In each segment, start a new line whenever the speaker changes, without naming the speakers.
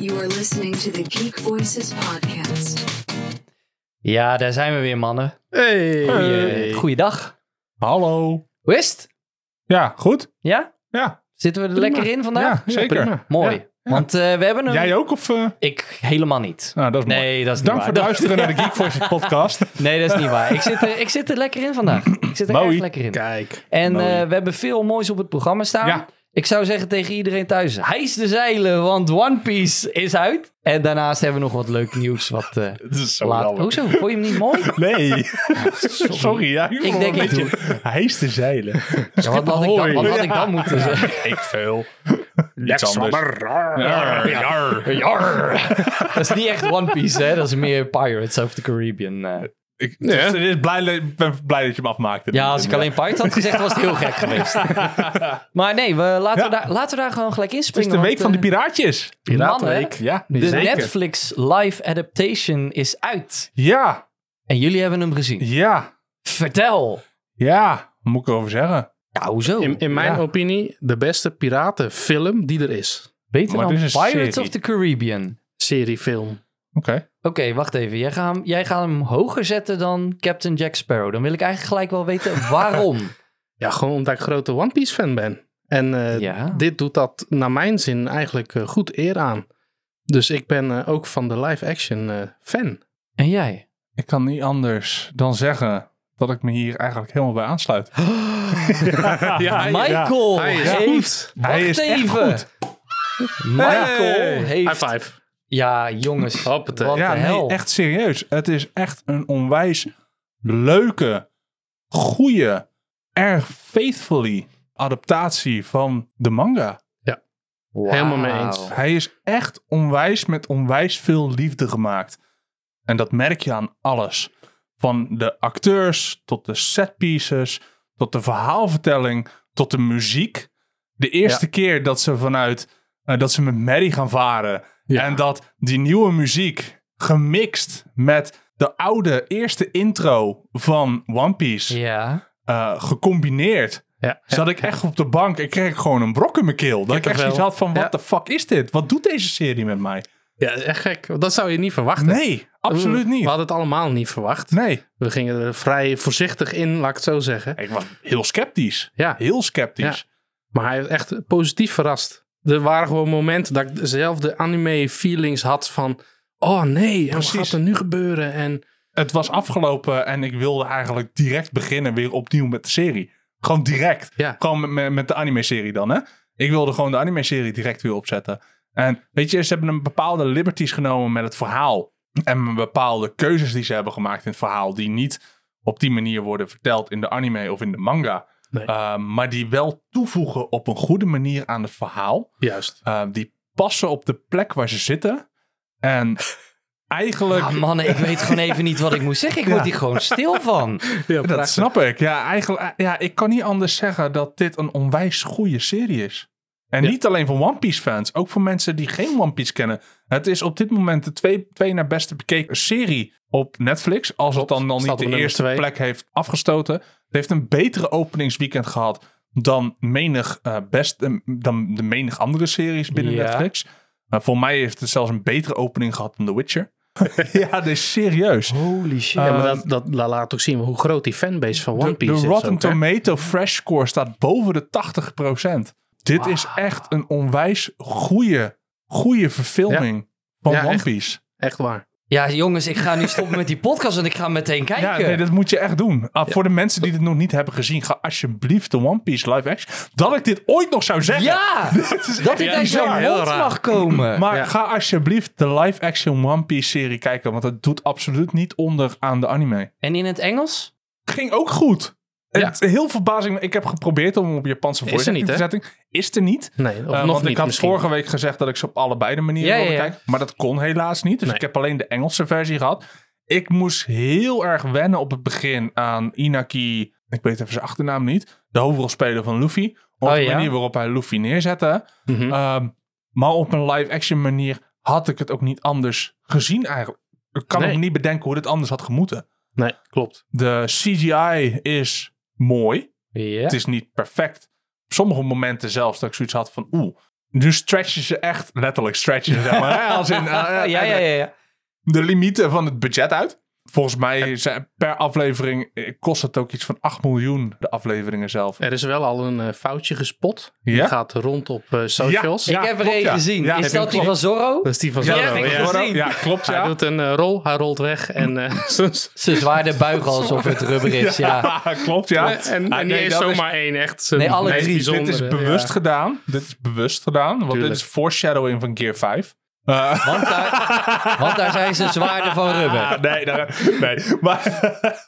You are listening to the Geek Voices podcast.
Ja, daar zijn we weer, mannen.
Hey.
Goeie- Goeiedag.
Hallo.
Hoe is het?
Ja, goed?
Ja?
Ja,
Zitten we er lekker in vandaag?
ja, zeker.
Prima. Mooi.
Ja, ja.
Want eh, we hebben een...
Jij ook? Of, eh,
Ik helemaal niet.
Nou, dat is mooi.
Nee, dat is niet
Dank
waar.
voor het luisteren naar de Geek Voices podcast.
Nee, dat is niet waar. Ik zit, er, ik zit er lekker in vandaag. Ik zit er
Mooi.
erg lekker in.
Kijk.
En
mooi.
eh, we hebben veel moois op het programma staan.
Ja.
Ik zou zeggen tegen iedereen thuis, hijs de zeilen, want One Piece is uit. En daarnaast hebben we nog wat leuk nieuws. Wat, eh
Het is zo
laat...
jammer.
Hoezo? Vond je hem niet mooi?
Nee. Sorry, ja.
Ik
vond
denk
het
ik
een beetje hijs te zeilen.
Ja, wat, had ik dan, wat had ik dan moeten zeggen?
Ik veel. Niks anders.
Dat is niet echt One Piece, hè? Dat is meer Pirates of the Caribbean. eh.
Ik dus het is blij, ik ben blij dat je hem afmaakte.
Ja, als ik alleen Pirates had gezegd, was het heel gek geweest. Maar nee, we, laten, we
Ja.
daar, laten we daar gewoon gelijk
Het is
inspringen.
de week van
want,
de piraatjes.
eh, mannen,
Ja,
De
zeker.
Netflix live adaptation is uit.
Ja,
En jullie hebben hem gezien.
ja,
Vertel.
ja. Wat moet ik erover zeggen?
Ja, hoezo?
In, in mijn
Ja.
opinie de beste piratenfilm die er is.
Beter
Maar
dan
dit
Pirates
is een
of
serie.
the Caribbean.
Seriefilm.
Oké.
Oké, wacht even. Jij gaat, hem, jij gaat hem hoger zetten dan Captain Jack Sparrow. Dan wil ik eigenlijk gelijk wel weten waarom.
Ja, gewoon omdat ik grote One Piece fan ben. En eh,
ja.
dit doet dat naar mijn zin eigenlijk eh, goed eer aan. Dus ik ben eh, ook van de live action eh, fan.
En jij?
Ik kan niet anders dan zeggen dat ik me hier eigenlijk helemaal bij aansluit. Ja,
Michael
Hij is
heeft-
goed.
Wacht
Oh, Hij is echt
even.
goed.
Michael
Hey.
heeft...
High five.
Ja, jongens.
Hoppatee.
Wat
Ja,
de hel.
nee, echt serieus. Het is echt een onwijs leuke, goede, erg faithfully adaptatie van de manga.
Wauw.
Helemaal mee eens.
Hij is echt onwijs met onwijs veel liefde gemaakt. En dat merk je aan alles. Van de acteurs tot de setpieces, tot de verhaalvertelling, tot de muziek. De eerste keer dat ze vanuit eh, dat ze met Mary gaan varen.
Ja.
En dat die nieuwe muziek gemixt met de oude eerste intro van One Piece
Ja.
eh, gecombineerd.
Ja.
Zat ik echt op de bank en kreeg ik gewoon een brok in mijn keel. Dat ik echt
Kippenvel.
zoiets had van,
Ja.
wat de fuck is dit? Wat doet deze serie met mij?
Ja, echt gek. Dat zou je niet verwachten.
Nee, absoluut
We
niet.
hadden het allemaal niet verwacht.
Nee,
We gingen er vrij voorzichtig in, laat ik het zo zeggen.
ik was heel sceptisch.
Ja.
Heel sceptisch.
Maar hij heeft echt positief verrast. Er waren gewoon momenten dat ik dezelfde anime feelings had van... Oh nee, en wat
Precies.
gaat er nu gebeuren? En
Het was afgelopen en ik wilde eigenlijk direct beginnen weer opnieuw met de serie. Gewoon direct.
Ja.
Gewoon met- met, met de anime-serie dan, hè? Ik wilde gewoon de anime-serie direct weer opzetten. En weet je, ze hebben een bepaalde liberties genomen met het verhaal. En bepaalde keuzes die ze hebben gemaakt in het verhaal. Die niet op die manier worden verteld in de anime of in de manga.
Nee.
Uh, maar die wel toevoegen op een goede manier aan het verhaal.
juist.
Uh, die passen op de plek waar ze zitten. En eigenlijk...
Ah, mannen, ik weet gewoon even niet wat ik moet zeggen. Ik word
Ja.
hier gewoon stil van.
Ja,
Dat snap ik. Ja, eigenlijk, eh, ja, ik kan niet anders zeggen dat dit een onwijs goede serie is. En
Ja.
niet alleen voor One Piece fans, ook voor mensen die geen One Piece kennen. Het is op dit moment de twee, twee naar beste bekeken serie op Netflix. Als het dan, dan
Staat
niet
op
de
nummer
eerste
twee.
plek heeft afgestoten. Het heeft een betere openingsweekend gehad dan menig, eh, best, eh, dan de menig andere series binnen
Ja.
Netflix. Maar voor mij heeft het zelfs een betere opening gehad dan The Witcher. ja, dit is serieus.
Holy shit.
Ja, maar dat, dat la- laat ook zien hoe groot die fanbase van One
De,
Piece
de
is.
Rotten
ook, hè?
Tomato Fresh Score staat boven de 80%. Dit is echt een onwijs goede, goede verfilming van
Ja,
One
echt.
Piece.
Echt waar.
ja, jongens, ik ga nu stoppen met die podcast en ik ga meteen kijken.
Ja, nee, dat moet je echt doen. Ah, Voor de mensen die dit nog niet hebben gezien, ga alsjeblieft de One Piece live action. Dat ik dit ooit nog zou zeggen.
Ja!
Het is
dat
echt
ik uit
bizar.
zo'n
heel
mond
raar.
mag komen.
Maar
Ja.
ga alsjeblieft de live action One Piece serie kijken, want het doet absoluut niet onder aan de anime.
En in het Engels?
Ging ook goed.
Ja.
Het, heel verbazing. Ik heb geprobeerd om hem op Japanse
Is er
voice
niet,
te
hè?
zetten. Is er niet.
Nee, of
Eh,
nog
want
niet
ik had
misschien.
vorige week gezegd dat ik ze op allebei de manieren
Ja,
wilde
ja, ja.
kijken. Maar dat kon helaas niet. Dus
Nee.
ik heb alleen de Engelse versie gehad. Ik moest heel erg wennen op het begin aan Inaki... Ik weet even zijn achternaam niet. De hoofdrolspeler van Luffy. Op
Oh,
de
ja.
manier waarop hij Luffy neerzette.
Mhm.
Ehm, maar op een live-action manier had ik het ook niet anders gezien eigenlijk. Ik kan
Nee.
me niet bedenken hoe dit anders had gemoeten.
Nee, klopt.
De CGI is mooi.
Ja.
Het is niet perfect. Op sommige momenten zelfs dat ik zoiets had van... Oeh, Nu stretchen ze echt, letterlijk stretchen ze, zeg maar. hè, als in, eh,
Ja, ja, ja. ja.
de limieten van het budget uit. Volgens mij zijn per aflevering eh, kost het ook iets van 8 miljoen, de afleveringen zelf.
Er is wel al een eh, foutje gespot.
Ja?
Die gaat rond op eh, socials.
Ja,
ik heb er
klopt,
één
ja.
gezien.
Ja,
is
ik
dat
heb
die van Zorro?
Dat is die van
Ja,
Zorro.
heb ik
ja.
gezien.
Ja, klopt,
Hij
ja.
doet een eh, rol, hij rolt weg en, eh, zo- zo-
Ze zwaarde buigen alsof het rubber is, ja.
klopt, ja.
en, en
Ah,
die
nee,
is
dat
zomaar één echt. zijn
Nee, alle
meest
drie.
bijzondere.
Dit is bewust
Ja.
gedaan. Dit is bewust gedaan, want
Tuurlijk.
dit is foreshadowing van Gear 5. Eh,
Want daar, want daar zijn ze zwaarden van rubber.
nee, daar- nee, maar...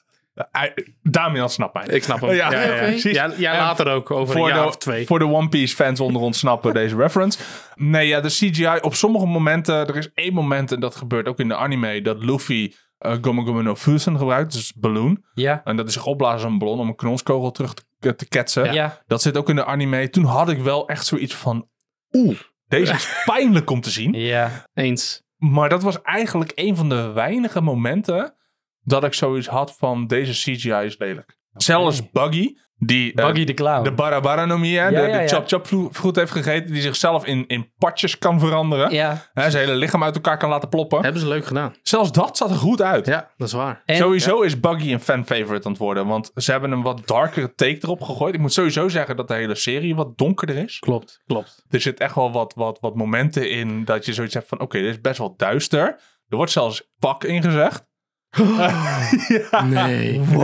Hij- Damian snapt mij.
Ik snap hem.
Ja,
Oh Ja, ja, ja,
oké. precies.
Ja, ja, later ook, over een
voor,
jaar
de,
of twee.
voor de One Piece fans onder ons snappen deze reference. Nee, ja, de CGI op sommige momenten. Er is één moment, en dat gebeurt ook in de anime, dat Luffy eh Gomu Gomu no Fusen gebruikt. Dus balloon.
Ja.
En dat is zich opblazen als een ballon om een knonskogel terug te, te ketsen.
Ja.
Dat zit ook in de anime. Toen had ik wel echt zoiets van. Oeh, deze is pijnlijk om te zien.
Ja.
Eens.
Maar dat was eigenlijk een van de weinige momenten dat ik zoiets had van deze CGI is lelijk. Zelfs Buggy, die eh,
Buggy de Clown.
de Barabaranomie, hè?
Oh. Ja,
de,
ja, ja.
de Chop Chop vlo- fruit heeft gegeten, die zichzelf in, in patjes kan veranderen.
Ja.
Hè, zijn hele lichaam uit elkaar kan laten ploppen.
Hebben ze leuk gedaan.
Zelfs dat zat er goed uit.
Ja, dat is waar.
En-
sowieso is Buggy een fan-favorite aan het worden, want ze hebben een wat darkere take erop gegooid. Ik moet sowieso zeggen dat de hele serie wat donkerder is.
Klopt, klopt.
Er zit echt wel wat, wat, wat momenten in dat je zoiets hebt van, oké, dit is best wel duister. Er wordt zelfs pak ingezegd.
Nee. Wat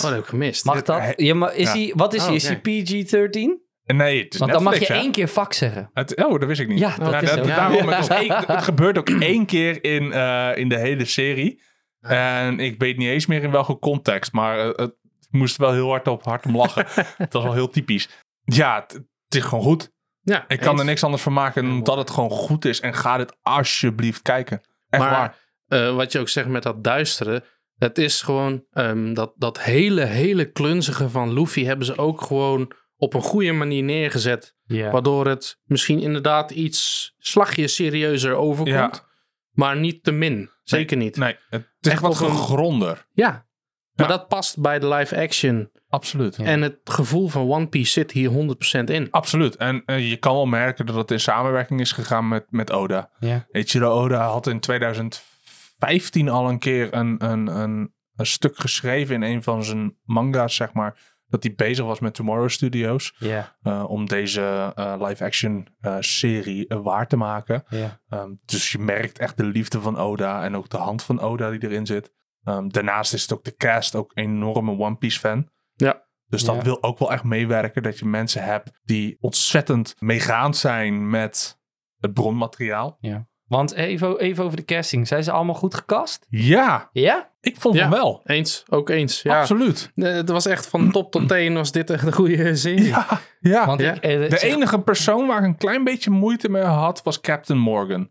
Wat?
heb ik gemist?
Mag dat? Ja, maar is
Ja.
die, wat is
Oh,
die? Is
oké.
die PG-13?
Nee, het is
Want dan mag
Netflix,
je
hè?
één keer fuck zeggen.
Het, oh, dat wist ik niet.
Ja, dat
Nou,
is
dat-
zo.
ja.
daarom, het, was één- het gebeurt ook één keer in, eh, in de hele serie. En ik weet niet eens meer in welke context, maar eh, het ik moest wel heel hard op hard om lachen. het was wel heel typisch. Ja, het, het is gewoon goed.
Ja,
Ik kan
eens.
er niks anders van maken dan dat het gewoon goed is. En ga dit alsjeblieft kijken. Echt
maar
waar.
eh, wat je ook zegt met dat duisteren. Het is gewoon ehm, dat, dat hele, hele klunzige van Luffy hebben ze ook gewoon op een goede manier neergezet.
Ja.
Waardoor het misschien inderdaad iets slagje serieuzer overkomt.
Ja.
Maar niet te min. Zeker niet.
Nee, het is echt
Echt
wat
op een-
gegronder.
Ja. Maar dat past bij de live action.
Absoluut.
En het gevoel van One Piece zit hier 100% in.
Absoluut. En eh, je kan wel merken dat het in samenwerking is gegaan met, met Oda.
Ja.
Ichiro Oda had in 2015 al een keer een, een, een, een stuk geschreven in een van zijn manga's, zeg maar. Dat hij bezig was met Tomorrow Studios.
Ja.
eh, om deze eh, live-action eh, serie eh, waar te maken.
Ja.
Ehm, dus je merkt echt de liefde van Oda en ook de hand van Oda die erin zit. Ehm, daarnaast is het ook de cast ook een enorme One Piece fan.
Ja.
Dus dat
Ja.
wil ook wel echt meewerken dat je mensen hebt die ontzettend meegaand zijn met het bronmateriaal.
Want even, even over de casting. Zijn ze allemaal goed gecast?
Ja,
Ja?
ik vond
Ja.
hem wel.
Eens, ook eens. Ja.
Absoluut.
Nee, Het was echt van top tot teen was dit echt een goede serie.
Ja, ja.
Want
Ja.
ik, eh,
de
ze-
enige persoon waar ik een klein beetje moeite mee had was Captain Morgan.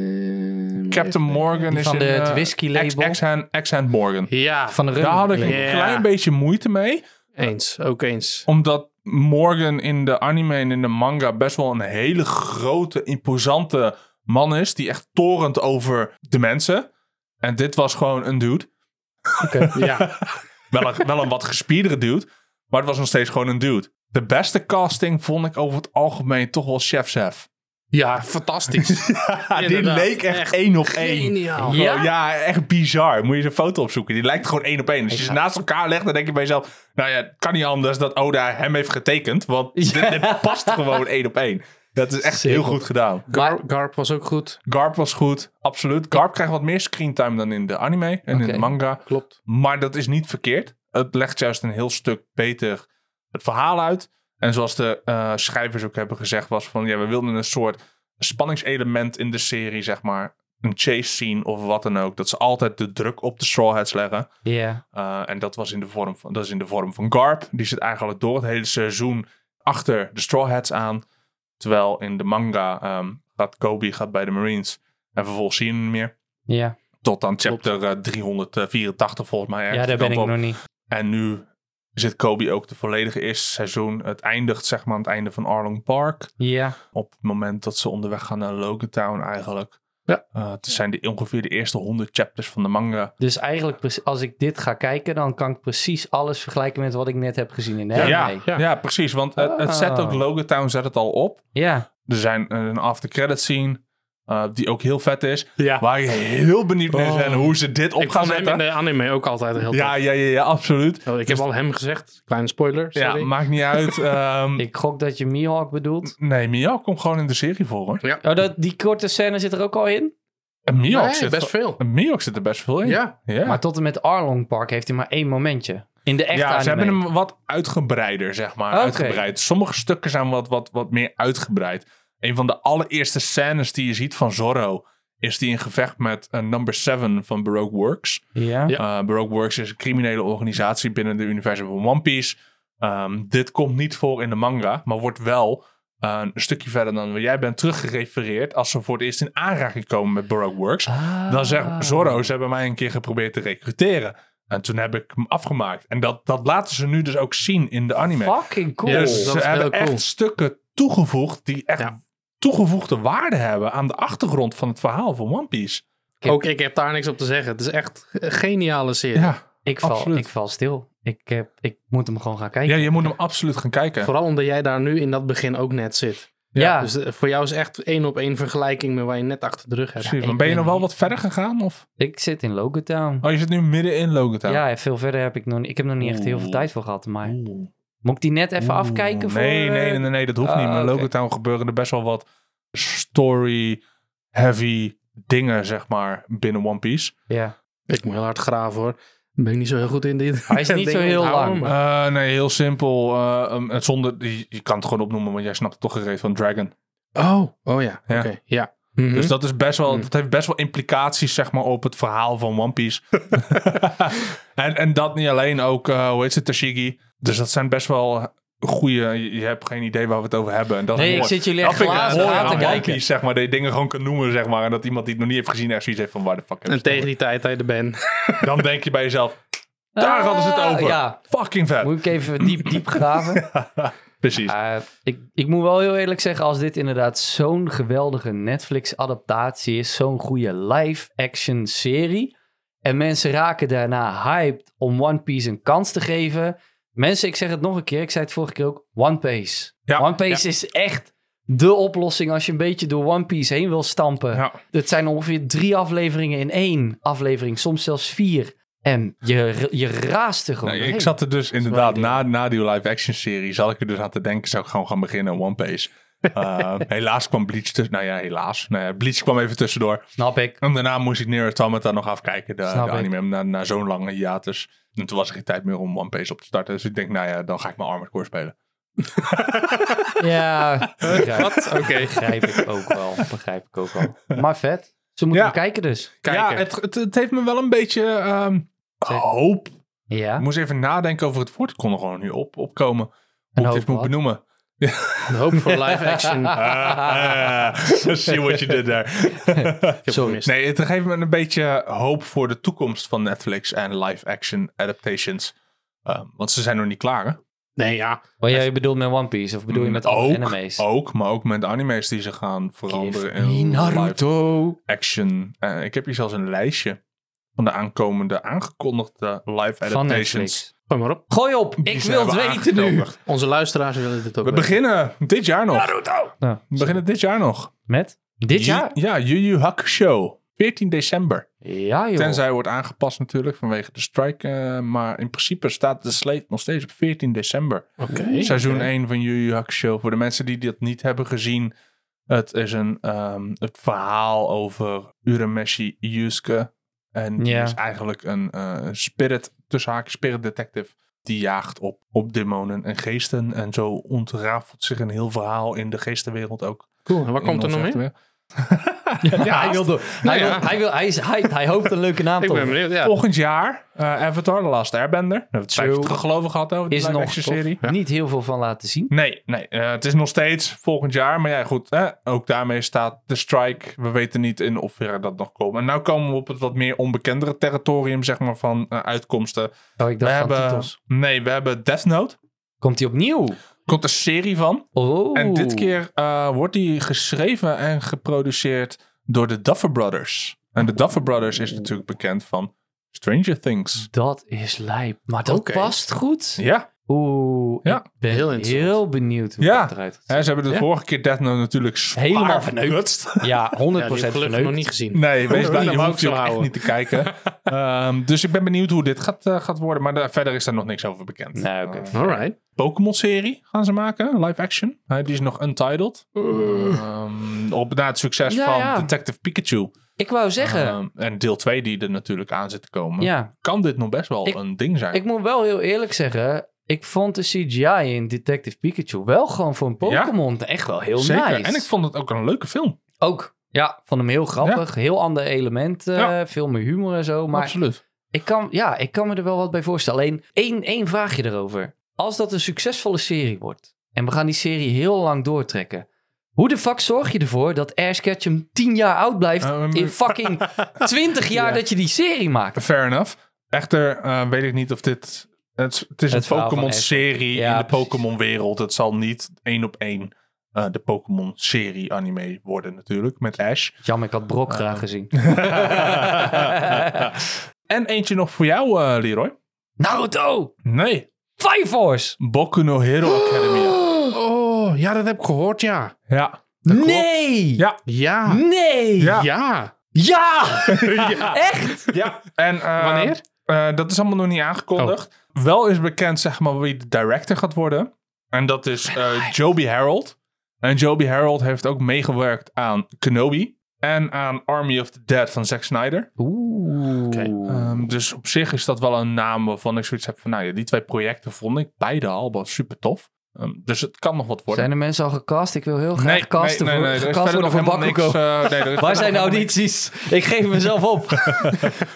Ehm,
Captain Morgan
die
is
van
in,
de, het
eh,
whisky
Ex-
label.
Ex-Hand Ex-Hand Morgan.
Ja,
Van de rum.
Daar had ik een
Ja.
klein beetje moeite mee.
eens. Ook eens.
Omdat Morgan in de anime en in de manga best wel een hele grote, imposante man is. Die echt torent over de mensen. En dit was gewoon een dude.
Ja,
Wel een, wel een wat gespierdere dude. Maar het was nog steeds gewoon een dude. De beste casting vond ik over het algemeen toch wel Chef Chef.
ja fantastisch.
die
Inderdaad,
leek echt
echt
één op één.
Geniaal.
Ja?
Ja? ja, echt bizar. Moet je eens een foto opzoeken. Die lijkt gewoon één op één. Als je
Ik
ze
ga-
naast elkaar legt, dan denk je bij jezelf... Nou ja, het kan niet anders dat Oda hem heeft getekend. Want
Ja.
dit, dit past gewoon één op één. Dat is echt
Zeker.
heel goed gedaan.
Gar- Garp was ook goed.
Garp was goed, absoluut. Garp krijgt wat meer screentime dan in de anime en in
Oké.
de manga.
Klopt.
Maar dat is niet verkeerd. Het legt juist een heel stuk beter het verhaal uit. En zoals de eh, schrijvers ook hebben gezegd, was van ja, we wilden een soort spanningselement in de serie, zeg maar. Een chase scene of wat dan ook. Dat ze altijd de druk op de Straw Hats leggen.
Ja.
Uh, en dat, was in de vorm van, dat is in de vorm van Garp. Die zit eigenlijk door het hele seizoen achter de Straw Hats aan. Terwijl in de manga ehm, gaat Kobe gaat bij de Marines. En vervolgens zie je hem niet meer.
Ja.
Tot aan chapter eh, 384 volgens mij. ergens
ja, daar ben ik
kant op.
nog niet.
En nu zit Kobe ook de volledige eerste seizoen. Het eindigt zeg maar aan het einde van Arlong Park.
Ja.
Op het moment dat ze onderweg gaan naar Logantown eigenlijk.
Ja.
Eh, het zijn de, ongeveer de eerste 100 chapters van de manga.
Dus eigenlijk, preci- als ik dit ga kijken, dan kan ik precies alles vergelijken met wat ik net heb gezien in de
Ja,
anime.
ja,
Ja.
precies. Want het, het zet ook
Oh.
Logantown zet het al op.
Ja.
Er zijn een after credit scene, eh, die ook heel vet is.
Ja. Oh.
Waar ik heel benieuwd naar ben hoe ze dit op
ik
gaan
vond hem in
zetten.
de anime ook altijd heel
Ja, ja, ja, ja, absoluut.
tof. Oh, Ik heb al hem gezegd. Kleine spoiler, sorry.
Ja, maakt niet uit. ehm,
Ik gok dat je Mihawk bedoelt.
Nee, Mihawk komt gewoon in de serie voor. Hoor.
Oh, dat, die korte scène zit er ook al in.
En Mihawk,
Nee,
zit
best
ge-
veel.
en Mihawk zit er best veel in.
Ja.
ja.
Maar tot en met Arlong Park heeft hij maar één momentje. In de echte
ja, ze
anime.
hebben hem wat uitgebreider, zeg maar.
Oké.
Uitgebreid. Sommige stukken zijn wat, wat, wat meer uitgebreid. Een van de allereerste scènes die je ziet van Zorro... is die in gevecht met eh, Number 7 van Baroque Works.
Ja.
Ja.
Eh, Baroque Works is een criminele organisatie binnen de universum van One Piece. Ehm, dit komt niet voor in de manga, maar wordt wel eh, een stukje verder dan waar jij bent teruggerefereerd... als ze voor het eerst in aanraking komen met Baroque Works.
Ah.
Dan zegt Zorro, ze hebben mij een keer geprobeerd te recruteren. En toen heb ik hem afgemaakt. En dat, dat laten ze nu dus ook zien in de anime.
Fucking cool.
Ja,
Dus
dat
ze
is heel
hebben
cool.
echt stukken toegevoegd die echt
Ja.
toegevoegde waarde hebben aan de achtergrond van het verhaal van One Piece.
Ik-
Ook ik heb daar niks op te zeggen. Het is echt een geniale serie.
Ja,
ik, val,
absoluut.
ik val stil. Ik, heb, ik moet hem gewoon gaan kijken.
ja je moet hem absoluut gaan kijken.
Vooral omdat jij daar nu in dat begin ook net zit.
Ja.
Dus de- voor jou is echt één op één vergelijking met waar je net achter de rug hebt.
Precies,
ik
maar ben je
ben-
nog wel wat verder gegaan? Of?
Ik zit in Logotown.
Oh, je zit nu midden in Logotown.
Ja, en veel verder heb ik nog niet. Ik heb nog niet echt heel veel
Oeh.
tijd voor gehad. Maar
Oeh.
moet ik die net even
Oeh.
afkijken? Voor,
Nee,
eh,
nee, nee, nee, nee, dat hoeft
Ah,
niet. Maar in
oké.
Logotown gebeuren er best wel wat story-heavy dingen, zeg maar, binnen One Piece.
Ja.
Ik moet heel hard graven hoor. Ben ik niet zo heel goed in dit.
Hij is niet
ding
zo heel
onthouden,
lang.
maar-
Eh, nee, heel simpel. eh, um, het zonder, je, je kan het gewoon opnoemen, want jij snapt het toch gereed van Dragon.
Oh, oh ja.
Ja.
Oké, ja. Mhm.
Dus dat, is best wel,
Hm.
dat heeft best wel implicaties zeg maar, op het verhaal van One Piece. en, en dat niet alleen, ook, eh, hoe heet ze, Tashigi. Dus dat zijn best wel goede. Je, je hebt geen idee waar we het over hebben. En dat is
Nee, ik
mooi.
zit jullie
dat
echt
vind ik het
glazen
mooie
aan te
aan One
kijken.
Piece, zeg maar. Dat je dingen gewoon kan noemen, zeg maar. En dat iemand die het nog niet heeft gezien echt zoiets heeft van, waar de fuck heb
En
je het
tegen die tijd dat je er bent.
over? Dan denk je bij jezelf, daar hadden ze het
Ah,
over.
Ja.
Fucking vet.
Moet ik even diep, diep graven?
Precies.
Eh, ik, ik moet wel heel eerlijk zeggen, als dit inderdaad zo'n geweldige Netflix-adaptatie is, zo'n goede live-action serie, en mensen raken daarna hyped om One Piece een kans te geven. Mensen, ik zeg het nog een keer, ik zei het vorige keer ook, One Piece.
Ja,
One Piece is echt de oplossing als je een beetje door One Piece heen wil stampen.
Ja.
Het zijn ongeveer drie afleveringen in één aflevering, soms zelfs vier. En je, je raast er gewoon
Nou, ik
doorheen.
zat er dus inderdaad
idee.
na, na die live-action serie, zal ik er dus aan te denken, zou ik gewoon gaan beginnen aan One Piece. Eh, helaas kwam Bleach tussen. Nou ja, helaas. Nou ja, Bleach kwam even tussendoor.
Snap ik.
En daarna moest ik Nier Automata nog afkijken, de, de
Snap ik.
anime, na, na zo'n lange hiatus. En toen was er geen tijd meer om One Piece op te starten. Dus ik denk, nou ja, dan ga ik mijn Armored Core spelen.
Ja, begrijp-
Wat? Oké.
begrijp ik ook wel. Begrijp ik ook wel. Maar vet. Ze moeten
Ja.
hem kijken dus.
Kijken.
Ja, het, het, het heeft me wel een beetje ehm, hoop. Ik
Ja.
moest even nadenken over het woord. Ik kon er gewoon nu op, opkomen. Hoe ik
hoop
dit moet
wat?
benoemen.
Een hoop voor live action.
Ah, see what you did there.
Sorry.
gemist.
Nee, het geeft me een beetje hoop voor de toekomst van Netflix en live-action adaptations. Ehm, want ze zijn nog niet klaar, hè?
Nee, ja.
Wat jij bedoelt met One Piece? Of bedoel je met alle
Mm, ook,
anime's?
Ook, maar ook met anime's die ze gaan veranderen in live-action. Eh, ik heb hier zelfs een lijstje van de aankomende aangekondigde
Van
live-adaptations.
Netflix.
Kom maar op.
Gooi op.
die
Ik
ze
wil het
hebben
weten nu.
aangekondigd.
Onze luisteraars willen dit ook
We
weten.
beginnen dit jaar nog.
Ja.
We beginnen dit jaar nog.
Nou, Met? Dit
Ju-
jaar?
Ja, Yu Yu Hakusho. 14 december.
Ja joh.
Tenzij wordt aangepast natuurlijk vanwege de strike. eh, maar in principe staat de slate nog steeds op 14 december.
Oké.
Seizoen 1 van Yu Yu Hakusho. Voor de mensen die dat niet hebben gezien. Het is een, ehm, het verhaal over Urameshi Yusuke. En die
Ja.
is eigenlijk een eh, spirit, tussen haakjes spirit detective. Die jaagt op, op demonen en geesten. En zo ontrafelt zich een heel verhaal in de geestenwereld ook.
Cool. En wat komt er nog meer?
meer? ja,
Hij wil door. Hij,
ja.
wil, hij, wil, hij is hyped. Hij hoopt een leuke naam te
Ik ben
horen.
benieuwd. Ja.
Volgend jaar eh, Avatar, The Last Airbender. We hebben het
True.
tijdje terug geloof ik gehad over de
Is
live
nog
action
toch
serie.
niet heel veel van laten zien.
Nee, nee eh, het is nog steeds volgend jaar. Maar ja, goed, hè, ook daarmee staat de strike. We weten niet in hoeverre dat nog komt. En nou komen we op het wat meer onbekendere territorium, zeg maar, van eh, uitkomsten.
Oh, ik
we
dacht van
hebben,
titels.
Nee, we hebben Death Note.
Komt hij opnieuw?
Komt een serie van.
Oh.
En dit keer eh, wordt die geschreven en geproduceerd door de Duffer Brothers. En de Duffer Brothers is natuurlijk bekend van Stranger Things.
Dat is Oh. lijp. Maar dat
Oké.
past goed.
Ja,
Oeh,
Ja.
ik ben
Heel
heel,
interessant.
benieuwd hoe
Ja.
dat eruit gaat
Hè, ze hebben de
Ja.
vorige keer Death Note natuurlijk zwaar
Helemaal verneukt.
verprutst.
zien. Ja, 100%
Ja, die heb ik gelukkig nog
verneukt.
niet gezien.
Nee, wees
dat
blij, je
wou ik
hoeft je
zo
ook echt
houden.
niet te kijken. Ehm, dus ik ben benieuwd hoe dit gaat, eh, gaat worden. Maar daar- verder is daar nog niks over bekend.
Nee, oké.
Eh,
Alright.
Pokémon-serie gaan ze maken, live action. Eh, die is nog untitled. Ehm, op na het succes
Ja,
van
ja.
Detective Pikachu.
Ik wou zeggen,
Ehm, en deel 2 die er natuurlijk aan zit te
Ah.
komen.
ja,
Kan dit nog best wel
Ik-
een ding zijn?
ik moet wel heel eerlijk zeggen, ik vond de CGI in Detective Pikachu wel gewoon voor een
Ja.
Pokémon echt wel heel
Zeker.
nice.
En ik vond het ook een leuke film.
Ook, ja, vond hem heel grappig, heel ander element, eh,
Ja.
veel meer humor en zo. Maar
Absoluut.
Ik kan, ja, ik kan me er wel wat bij voorstellen. Alleen één, één vraagje erover. Als dat een succesvolle serie wordt en we gaan die serie heel lang doortrekken. Hoe de fuck zorg je ervoor dat Ash Ketchum 10 jaar oud blijft
Eh, maar-
in fucking 20 jaar
Ja.
dat je die serie maakt?
Fair enough. Echter eh, weet ik niet of dit... Het, is- het is
Het
een
verhaal van
Pokémon-serie
Ash. Ja,
in de
precies.
Pokémon-wereld. Het zal niet één op één eh, de Pokémon-serie-anime worden natuurlijk, met Ash.
Jammer, ik had Brock graag gezien.
en eentje nog voor jou, eh, Leroy.
Naruto!
Nee.
Fire Force!
Boku no Hero Academia.
Oh, ja, dat heb ik gehoord, ja.
Ja.
Nee!
Ja.
Ja.
Nee!
Ja.
Ja.
Ja! Echt?
ja. En, eh,
Wanneer?
eh, dat is allemaal nog niet aangekondigd.
Oh.
Wel is bekend, zeg maar, wie de director gaat worden. En dat is eh Joby Harold. En Joby Harold heeft ook meegewerkt aan Kenobi. En aan Army of the Dead van Zack Snyder.
Oeh.
Oké.
Ehm, dus op zich is dat wel een naam waarvan ik zoiets heb van... Nou ja, die twee projecten vond ik beide al wel super tof. Ehm, dus het kan nog wat worden.
Zijn er mensen al gecast? Ik wil heel graag casten voor,
er is
gecast worden
verder
voor
helemaal
Bakugo.
niks, eh, nee, er is verder
Waar zijn de
nog helemaal
audities? Ik geef mezelf op.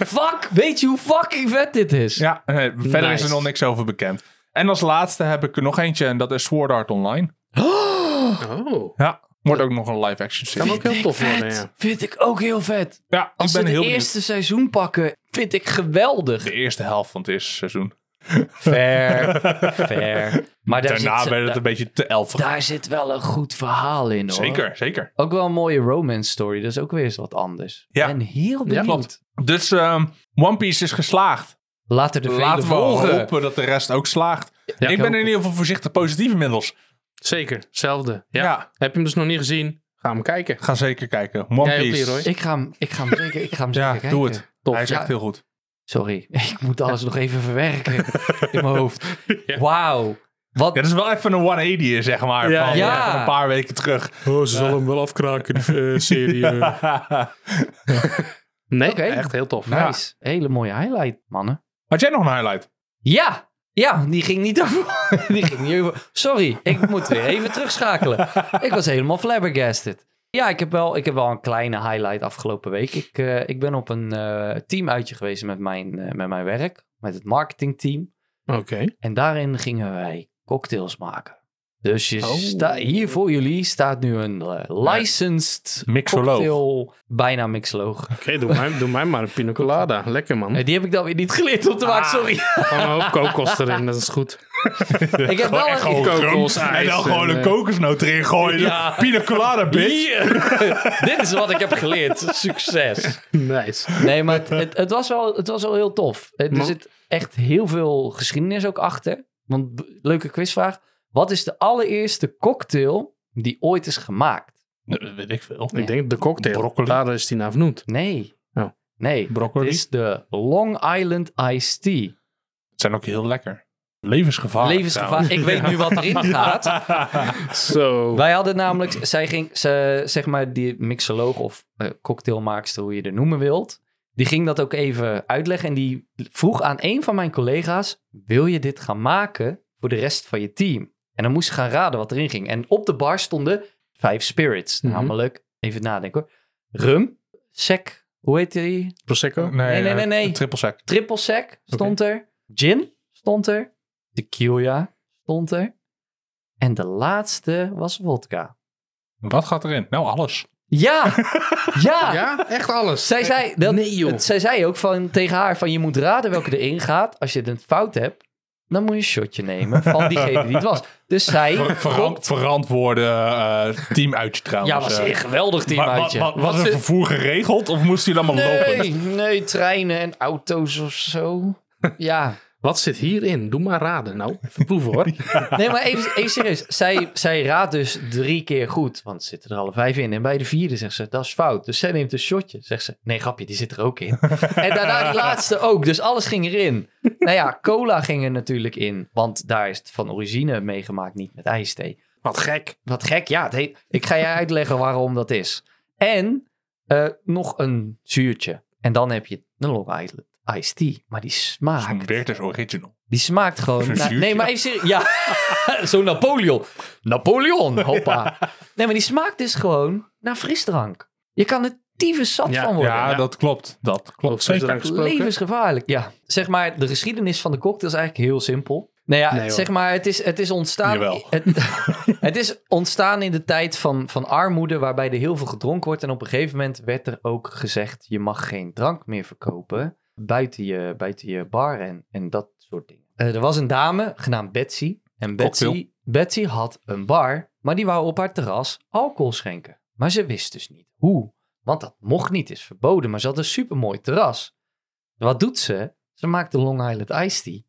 Fuck, weet je hoe fucking vet dit is?
niks. Ja, nee, verder is er
Nice.
nog niks over bekend. En als laatste heb ik er nog eentje en dat is Sword Art Online.
Oh.
Ja. Wordt ook nog een live-action
Kan
serie.
ook heel tof worden,
vet.
ja.
Vind ik ook heel vet.
Ja,
Als
ik ben
ze
heel
het
benieuwd.
eerste seizoen pakken, vind ik geweldig.
De eerste helft van het eerste seizoen.
Fair, fair. Maar daar,
Daarna
zit,
werd het een beetje te elfig.
daar zit wel een goed verhaal in hoor.
Zeker, zeker.
Ook wel een mooie romance story, dat is ook weer eens wat anders.
Ja.
En heel benieuwd.
klopt. Dus ehm, One Piece is geslaagd.
Later de vele
Laten we
volgen.
hopen dat de rest ook slaagt. ik ben
hoop
in ieder geval voorzichtig positief inmiddels.
Zeker, hetzelfde. Ja.
Ja.
Heb je hem dus nog niet gezien? Ga hem kijken.
Ga zeker kijken. One
Jij ook,
Piece.
Leroy?
Ik ga hem, ik ga hem zeker, ik ga hem
Ja,
zeker
doe
kijken.
het. Hij is
Ja.
echt heel goed.
Sorry, ik moet alles nog even verwerken in mijn hoofd. Wauw. Wat?
Ja, dat is wel even een 180, zeg maar.
Ja,
van,
ja.
eh, van een paar weken terug.
Oh, ze zal hem wel afkraken, die eh, serie. Nee,
Oké.
echt heel tof.
Nice. Hele mooie highlight, mannen.
Had jij nog een highlight?
Ja, ja, die ging niet over. die ging niet over. Sorry, ik moet weer even terugschakelen. Ik was helemaal flabbergasted. Ja, ik heb wel, ik heb wel een kleine highlight afgelopen week. Ik, eh, ik ben op een eh, teamuitje geweest met mijn, eh, met mijn werk, met het marketingteam.
Oké.
En daarin gingen wij cocktails maken. Dus je
Oh.
sta- hier voor jullie staat nu een eh, licensed
Mixoloog.
cocktail, bijna mixoloog.
Oké, doe, mij, doe mij maar een pina colada. Lekker, man.
Eh, die heb ik dan weer niet geleerd om te
Ah.
maken, sorry.
Gewoon een hoop kokos erin, dat is goed.
ik heb wel
Echt
een...
gewoon rum.
kokos,
En
ijs
dan gewoon
en,
een
eh,
kokosnoot erin gooien.
Ja.
Pina colada, bitch.
Hier. Dit is wat ik heb geleerd. Succes.
Nice.
Nee, maar het, het, het was, wel, het was wel heel tof. Eh, Er
Maar-
zit echt heel veel geschiedenis ook achter. Want b- leuke quizvraag. Wat is de allereerste cocktail die ooit is gemaakt?
Dat weet ik veel.
Ik denk de cocktail.
Broccoli.
Daar is die naar vernoemd.
Nee.
Oh.
Nee. Het
Broccoli.
is de Long Island Iced Tea.
zijn ook heel lekker. Levensgevaar.
Levensgevaar. Ik weet nu wat erin gaat.
Zo.
Wij hadden namelijk, zij ging, ze, zeg maar, die mixoloog of eh, cocktailmaakster, hoe je er noemen wilt. Die ging dat ook even uitleggen. En die vroeg aan een van mijn collega's: Wil je dit gaan maken voor de rest van je team? En dan moest ze gaan raden wat erin ging. En op de bar stonden vijf spirits.
Mhm.
Namelijk, even nadenken hoor: rum, sec, hoe heet die?
Prosecco?
Nee, nee, nee, nee.
eh, Triple sec.
Triple sec stond er. Gin stond er. Tequila stond er. En de laatste was vodka.
Wat gaat erin? Nou, alles.
Ja! ja! Eh,
Ja, echt alles.
Zij, zei dat,
Nee, joh.
het- zij zei ook van, tegen haar van je moet raden welke erin gaat. Als je een fout hebt, dan moet je een shotje nemen van diegene die het was. Dus zij...
Verant, verantwoorde eh, teamuitje trouwens.
ja, was
eh.
een geweldig
Maar- maar-
teamuitje.
maar- was
Wat
er
ze-
vervoer geregeld of moest hij allemaal lopen?
Nee, nee, treinen en auto's of zo. Ja,
Wat zit hierin? Doe maar raden. Nou, even proeven hoor.
Nee, maar even, even serieus. Zij, zij raadt dus drie keer goed, want ze zitten er alle vijf in. En bij de vierde zegt ze, dat is fout. Dus zij neemt een shotje. Zegt ze, nee grapje, die zit er ook in. en daarna die laatste ook. Dus alles ging erin. Nou ja, cola ging er natuurlijk in. Want daar is het van origine meegemaakt, niet met ijsthee.
Wat gek.
Wat gek, ja. Het heet, ik ga je uitleggen waarom dat is. En eh, nog een zuurtje. En dan heb je een Long Island Iced Tea. Maar die
Zo'n
smaakt,
Beertjes Original.
die smaakt gewoon...
Zo'n
naar-
zuurtje?
nee, maar even serieus. Ja, zo'n Napoleon. Napoleon, hoppa. Nee, maar die smaakt dus gewoon naar frisdrank. Je kan er tyfus zat
Ja,
van worden.
Ja,
ja.
dat klopt. Dat klopt.
Over frisdrank
Zeker.
gesproken.
Levensgevaarlijk, ja. Zeg maar, de geschiedenis van de cocktail is eigenlijk heel simpel. Nou ja,
Nee, hoor.
zeg maar, het is, het is ontstaan...
Jawel.
Het, het is ontstaan in de tijd van, van armoede, waarbij er heel veel gedronken wordt. En op een gegeven moment werd er ook gezegd, je mag geen drank meer verkopen buiten je, buiten je bar en, en dat soort dingen. Eh, er was een dame genaamd Betsy. En Betsy,
Cocktail.
Betsy had een bar, maar die wou op haar terras alcohol schenken. Maar ze wist dus niet hoe. Want dat mocht niet, is verboden. Maar ze had een supermooi terras. Wat doet ze? Ze maakt de Long Island Iced Tea.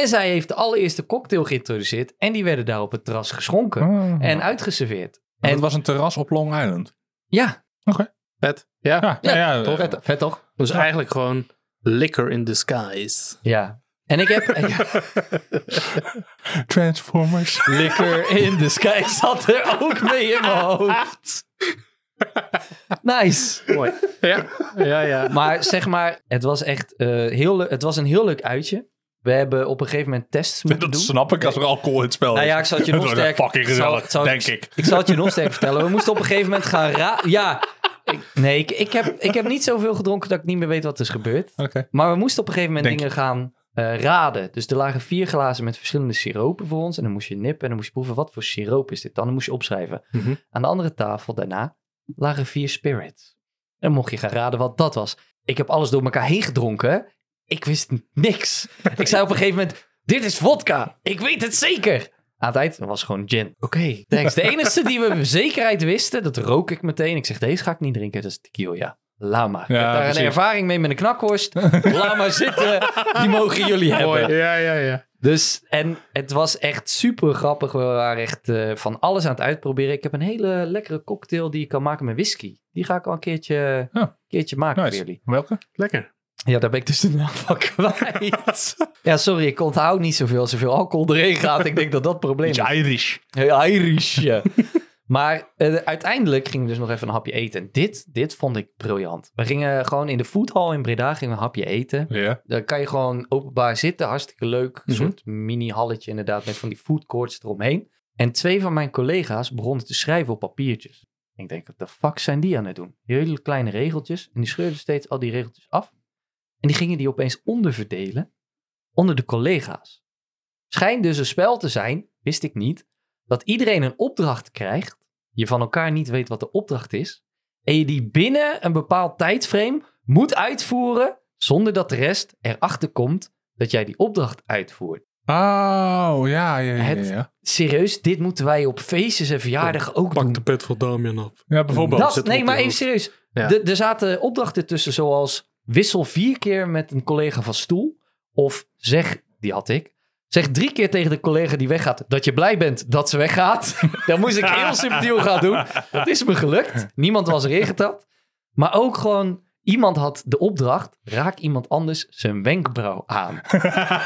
En zij heeft de allereerste cocktail geïntroduceerd. En die werden daar op het terras geschonken
Ah.
en uitgeserveerd.
En
En
het was een terras op Long Island.
ja,
Vet. Ja.
Ja,
Ja,
nou ja,
toch? Vet, vet toch?
Dus eigenlijk gewoon liquor in disguise.
Ja. En ik heb
Transformers.
Liquor in the Sky zat er ook mee in mijn
Ah.
hoofd. Nice.
Mooi. Ja, ja, ja.
Maar zeg maar, het was echt eh, heel, le- het was een heel leuk uitje. We hebben op een gegeven moment tests moeten
Dat
doen.
snap ik als er alcohol in het spel is.
Nou ja, ik zal het je
Het
nog
wordt
sterk...
fucking
ik zal-
gezellig,
ik zal-
denk ik.
Ik zal het je nog sterk vertellen. We moesten op een gegeven moment gaan ra... Ja, ik, nee, ik, ik, heb, ik heb niet zoveel gedronken dat ik niet meer weet wat er is gebeurd.
Oké.
Maar we moesten op een gegeven moment
Denk
dingen gaan eh, raden. Dus er lagen vier glazen met verschillende siropen voor ons. En dan moest je nippen en dan moest je proeven, wat voor siroop is dit dan? Dan moest je opschrijven.
Mhm.
Aan de andere tafel daarna lagen vier spirits. En mocht je gaan raden wat dat was. Ik heb alles door elkaar heen gedronken. Ik wist niks. Ik zei op een gegeven moment, dit is vodka. Ik weet het zeker. Aan het eind was het gewoon gin. Oké, thanks. De enige die we met zekerheid wisten, dat rook ik meteen. Ik zeg, deze ga ik niet drinken, dat is tequila. Laat maar. ik heb
Ja,
daar een
precies.
ervaring mee met een knakworst. Laat maar zitten, die mogen jullie hebben.
Mooi. Ja, ja, ja.
Dus, en het was echt super grappig. We waren echt eh, van alles aan het uitproberen. Ik heb een hele lekkere cocktail die ik kan maken met whisky. Die ga ik al een keertje,
Oh.
een keertje maken
Nice.
voor jullie.
Welke?
Lekker.
Ja, daar ben ik dus de naam van kwijt. ja, sorry, ik onthoud niet zoveel als zoveel alcohol erin gaat. Ik denk dat dat het probleem is.
Irish.
Heel Irish. ja. maar eh, uiteindelijk gingen we dus nog even een hapje eten. En dit, dit vond ik briljant. We gingen gewoon in de foodhall in Breda gingen we een hapje eten.
Ja.
Dan kan je gewoon openbaar zitten. Hartstikke leuk. Een
Mhm.
soort mini-halletje inderdaad. Met van die food courts eromheen. En twee van mijn collega's begonnen te schrijven op papiertjes. Ik denk, wat de fuck zijn die aan het doen? Die hele kleine regeltjes. En die scheurden steeds al die regeltjes af. En die gingen die opeens onderverdelen. Onder de collega's. Schijnt dus een spel te zijn, wist ik niet. Dat iedereen een opdracht krijgt. Je van elkaar niet weet wat de opdracht is. En je die binnen een bepaald tijdframe moet uitvoeren zonder dat de rest erachter komt dat jij die opdracht uitvoert.
Oh, ja, ja, ja.
Het-
ja.
Serieus, dit moeten wij op feestjes en verjaardagen ook doen.
pet van Damian op.
Ja, bijvoorbeeld.
Dat,
zet hem
nee,
op
maar
de
even
hoek.
serieus.
Ja.
De- Er zaten opdrachten tussen zoals wissel vier keer met een collega van stoel. Of zeg, die had ik. Zeg drie keer tegen de collega die weggaat dat je blij bent dat ze weggaat. Dat moest ik heel subtiel gaan doen. Dat is me gelukt. Niemand was erin getapt. Maar ook gewoon, iemand had de opdracht, raak iemand anders zijn wenkbrauw aan.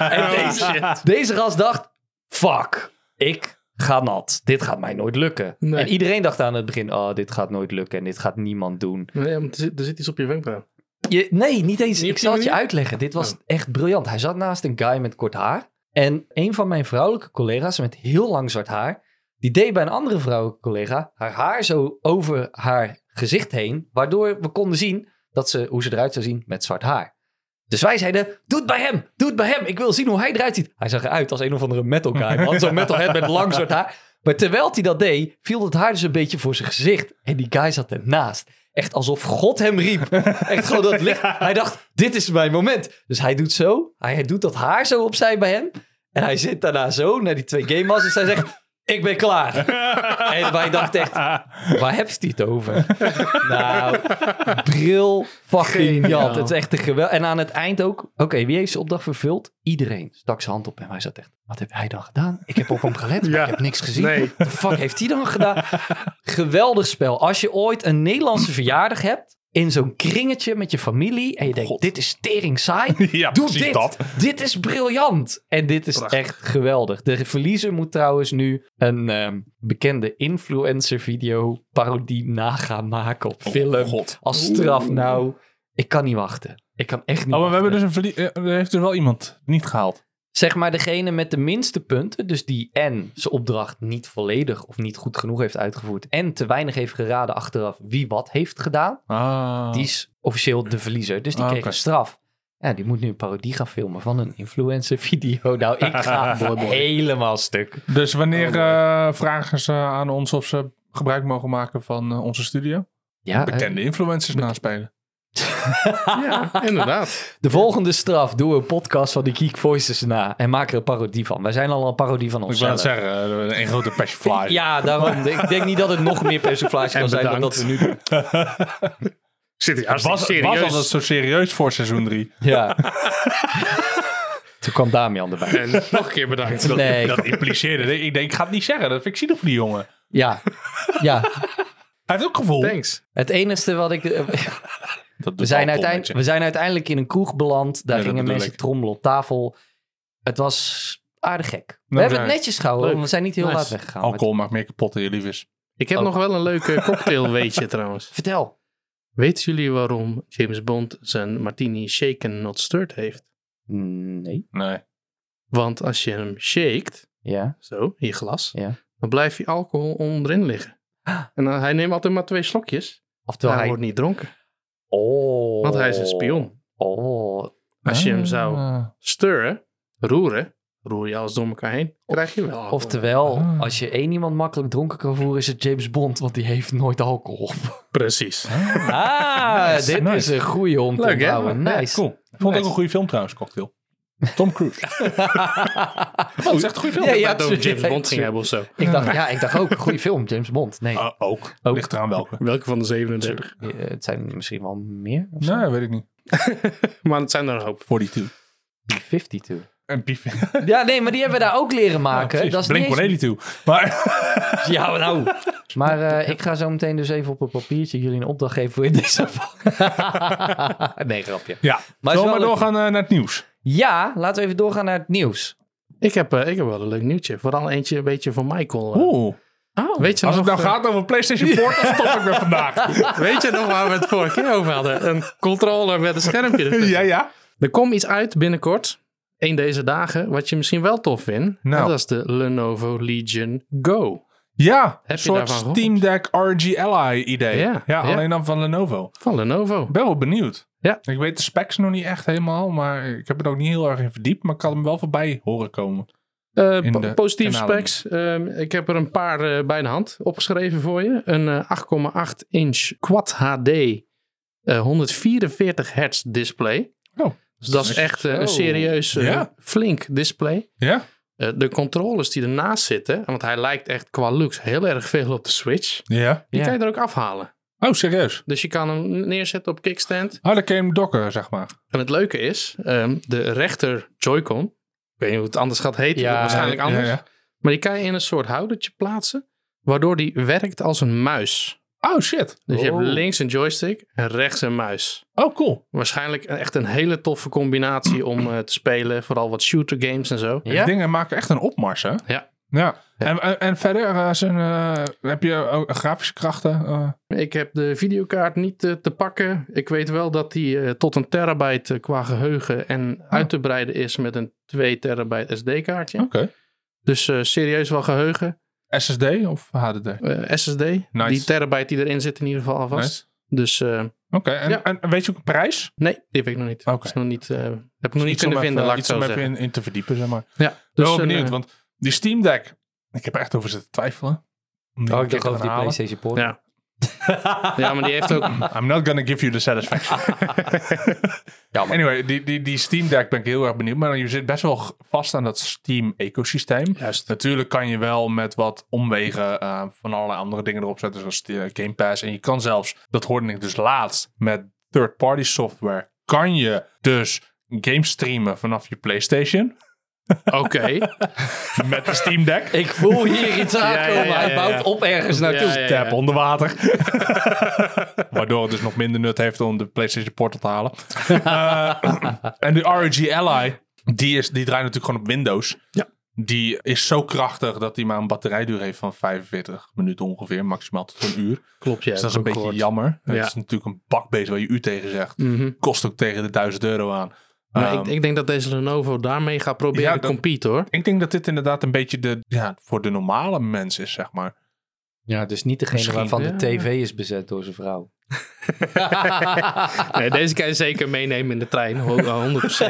En deze, deze gast dacht: fuck, ik ga nat. Dit gaat mij nooit lukken.
Nee.
En iedereen dacht aan het begin: oh, dit gaat nooit lukken en dit gaat niemand doen.
Nee, want er zit, er zit iets op je wenkbrauw.
Je, nee, niet eens.
Niet op
ik
die
zal het je
manier?
uitleggen. Dit was
Oh.
echt briljant. Hij zat naast een guy met kort haar. En een van mijn vrouwelijke collega's met heel lang zwart haar. Die deed bij een andere vrouwelijke collega haar haar zo over haar gezicht heen. Waardoor we konden zien dat ze, hoe ze eruit zou zien met zwart haar. Dus wij zeiden, doe het bij hem, doe het bij hem. Ik wil zien hoe hij eruit ziet. Hij zag eruit als een of andere metal guy. Man, zo'n metalhead met lang zwart haar. Maar terwijl hij dat deed, viel het haar dus een beetje voor zijn gezicht. En die guy zat ernaast. Echt alsof God hem riep. Echt gewoon dat licht. Hij dacht, dit is mijn moment. Dus hij doet zo. Hij doet dat haar zo opzij bij hem. En hij zit daarna zo naar die twee game masters. Hij zegt, ik ben klaar. en wij dachten echt, waar heeft hij het over? nou, bril fucking jat. Het is echt een geweld. En aan het eind ook, oké, wie heeft zijn opdracht vervuld? Iedereen stak zijn hand op en wij zaten echt, wat heeft hij dan gedaan? Ik heb op hem gelet, maar
Ja.
ik heb niks gezien.
Nee.
Wat de fuck heeft hij dan gedaan? Geweldig spel. Als je ooit een Nederlandse verjaardag hebt, in zo'n kringetje met je familie en je denkt, dit is tering saai.
ja,
Doe
precies
dit.
dat.
Dit is briljant. En dit is
Prachtig.
echt geweldig. De verliezer moet trouwens nu een ehm, bekende influencer video parodie nagaan maken op film.
Oh, God.
Als straf nou. Ik kan niet wachten. Ik kan echt niet
Oh, maar we hebben
wachten.
dus een verlie- eh, Er heeft dus wel iemand niet gehaald.
Zeg maar degene met de minste punten, dus die en zijn opdracht niet volledig of niet goed genoeg heeft uitgevoerd en te weinig heeft geraden achteraf wie wat heeft gedaan,
Ah.
die is officieel de verliezer. Dus die
Ah,
kreeg
oké.
een straf. Ja, die moet nu een parodie gaan filmen van een influencer video. Nou, ik ga helemaal stuk.
Dus wanneer eh, vragen ze aan ons of ze gebruik mogen maken van eh, onze studio?
Ja, eh, hè?
Bekende influencers naspelen.
Ja, inderdaad.
de volgende straf. Doe een podcast van die Geek Voices na en maak er een parodie van. Wij zijn al een parodie van
Ik wil het
onszelf.
zeggen, eh, een grote persiflage.
Ja, daarom. Ik denk niet dat het nog meer persiflage kan
En
zijn dan dat
bedankt.
we nu doen.
Zit hij
Het was, het was altijd zo serieus voor seizoen 3.
Ja. Toen kwam Damian erbij.
En nog een keer bedankt. Dat-
Nee.
Dat impliceerde. Ik denk, ik ga het niet zeggen. Dat vind ik zielig voor die jongen.
Ja. Ja.
Hij heeft ook gevoel.
Thanks.
Het enige wat ik... eh,
Dat doet
We zijn,
wel een
uiteind- we
bommetje.
zijn uiteindelijk in een kroeg beland. Daar
Ja, dat
gingen
bedoel
mensen
ik.
trommelen op tafel. Het was aardig gek. We
Nou,
hebben het
ja.
netjes gehouden.
Leuk.
want We zijn niet heel
Nice.
laat weggegaan. maar-
Alcohol maakt meer kapot dan je lief is.
Ik heb
Oh.
nog wel een leuke cocktail weetje trouwens.
Vertel.
Weten jullie waarom James Bond zijn martini shaken not stirred heeft?
Nee.
Nee.
Want als je hem shaked,
Ja.
zo, in je glas,
Ja.
dan blijft die alcohol onderin liggen. En dan, hij neemt altijd maar twee slokjes.
Oftewel
hij,
hij...
wordt niet dronken.
Oh.
Want hij is een spion.
Oh.
Als je hem
Ah.
zou stirren, roeren, roer je alles door elkaar heen, krijg je wel alcohol.
Oftewel,
Ah.
als je één iemand makkelijk dronken kan voeren, is het James Bond. Want die heeft nooit alcohol.
Precies.
Ah,
Nice.
dit
Nice.
is een goeie om te
Leuk, hè?
onthouden.
Ja,
Nice.
Cool. Ik vond het ook
Nice.
een goede film trouwens, Cocktail. Tom Cruise. Dat Oh, is echt een goede film.
Ja,
Ja,
ja,
het over
absoluut.
James Bond ging
Ja,
hebben of zo.
Ik dacht, ja, ik dacht ook, goede film, James Bond. Nee,
Ah, ook.
Ook.
Ligt eraan welke.
Welke van de 37?
eh, het zijn misschien wel meer. Of zo.
Nee, weet ik niet.
Maar het zijn er een hoop.
42.
52.
En Beef.
Ja, nee, maar die hebben we daar ook leren maken. dat is
Blink
niet eens-
182. Maar
Ja, nou. Maar eh, ik ga zo meteen dus even op een papiertje jullie een opdracht geven voor in deze Nee, grapje.
ja,
Maar
maar
is wel
zullen we maar
leuk.
doorgaan eh, naar het nieuws?
Ja, laten we even doorgaan naar het nieuws.
Ik heb, eh, ik heb wel een leuk nieuwtje. Vooral eentje een beetje van Michael. eh.
Oeh.
Weet je
Als het
nog,
nou
eh,
gaat over PlayStation Port, dan stop ik met vandaag.
Weet je nog waar we het vorige keer over hadden? Een controller met een schermpje. ertussen.
ja, ja.
Er komt iets uit binnenkort, één deze dagen, wat je misschien wel tof vindt.
Nou.
En Dat is de Lenovo Legion Go.
Ja,
je
een soort
daarvan gehoord?
Steam Deck RG Ally idee.
Ja,
ja,
ja.
alleen dan van Lenovo.
Van Lenovo.
Ik ben wel benieuwd.
Ja.
Ik weet de specs nog niet echt helemaal, maar ik heb het ook niet heel erg in verdiept. Maar ik kan hem wel voorbij horen komen.
Eh,
In
po-
de
positieve
kanalen.
specs. Ehm, ik heb er een paar eh, bij de hand opgeschreven voor je. Een eh, 8,8 inch Quad HD eh, 144 hertz display.
Oh.
dus dat is echt eh,
Zo.
een serieus eh,
Ja.
flink display.
Ja?
Eh, de controllers die ernaast zitten, want hij lijkt echt qua looks heel erg veel op de Switch.
Ja.
Die
Ja.
kan je er ook afhalen.
Oh, serieus?
Dus je kan hem neerzetten op kickstand.
Oh, dan kun je hem dokken, zeg maar.
En het leuke is, ehm, de rechter Joy-Con, ik weet niet hoe het anders gaat heten,
Ja,
waarschijnlijk
Ja,
anders.
ja.
Maar die kan je in een soort houdertje plaatsen, waardoor die werkt als een muis.
Oh, shit.
Dus je
Oh.
hebt links een joystick en rechts een muis.
Oh, cool.
Waarschijnlijk echt een hele toffe combinatie om eh, te spelen, vooral wat shooter games en zo.
Die
Ja?
dingen maken echt een opmars, hè?
Ja.
Ja. En, en, en verder eh, zijn, eh, heb je ook grafische krachten. eh,
Ik heb de videokaart niet eh, te pakken. Ik weet wel dat die eh, tot een terabyte eh, qua geheugen en uit te breiden is met een 2 terabyte SD-kaartje.
Oké.
Dus eh, serieus wel geheugen.
SSD of HDD? Nice.
Eh, SSD. Die terabyte die erin zit in ieder geval alvast. Dus eh,
Oké, en,
Ja.
en weet je ook een prijs?
nee, die heb ik nog niet.
Oké. Dus
Is nog niet eh, heb ik nog niet
Iets om
kunnen
even-
vinden, laat ik
iets
het zo
om even
zeggen.
in, in te verdiepen, zeg maar.
Ja,
Ik ben
dus
wel
een,
benieuwd,
eh,
want die Steam Deck, ik heb er echt over zitten twijfelen. om een
Oh, ik
keer
dacht
te
over die
gaan halen.
PlayStation Port.
Ja. Ja, maar die heeft ook...
I'm not gonna give you the satisfaction.
Jammer.
Anyway, die, die, die Steam Deck ben ik heel erg benieuwd. Maar je zit best wel g- vast aan dat Steam-ecosysteem.
Juist.
Natuurlijk kan je wel met wat omwegen eh, van allerlei andere dingen erop zetten, zoals de eh, Game Pass. En je kan zelfs, dat hoorde ik dus laatst, met third-party software, kan je dus games streamen vanaf je PlayStation
Oké.
met de Steam Deck.
Ik voel hier iets aankomen.
ja, ja,
Hij
ja.
bouwt op ergens naartoe.
Ja, ja, ja.
Tab onder water. Waardoor het dus nog minder nut heeft om de PlayStation Portal te halen. Eh, en de ROG Ally, die, is, die draait natuurlijk gewoon op Windows.
Ja.
Die is zo krachtig dat die maar een batterijduur heeft van 45 minuten ongeveer. Maximaal tot een uur.
Klopt, ja.
Dus dat is een beetje
jammer.
jammer. Het
Ja.
is natuurlijk een bakbeest waar je u tegen zegt.
Mhm.
Kost ook tegen de 1000 euro aan.
Maar
Ehm,
ik, ik denk dat deze Lenovo daarmee gaat proberen
Ja,
te
dat-
competen, hoor.
ik denk dat dit inderdaad een beetje de, ja, voor de normale mens is, zeg maar.
Ja, dus niet degene
Misschien,
waarvan
ja.
de tv is bezet door zijn vrouw.
Nee, deze kan je zeker meenemen in de trein, ho- 100%. Dus,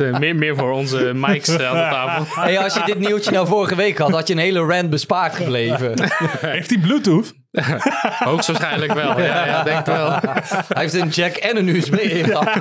eh, meer, meer voor onze mics eh, aan de tafel.
Hey, als je dit nieuwtje nou vorige week had, had je een hele rand bespaard gebleven.
Heeft die Bluetooth?
Hoogstwaarschijnlijk wel. Ja, ja denk het wel.
Hij heeft een jack en een USB ingang.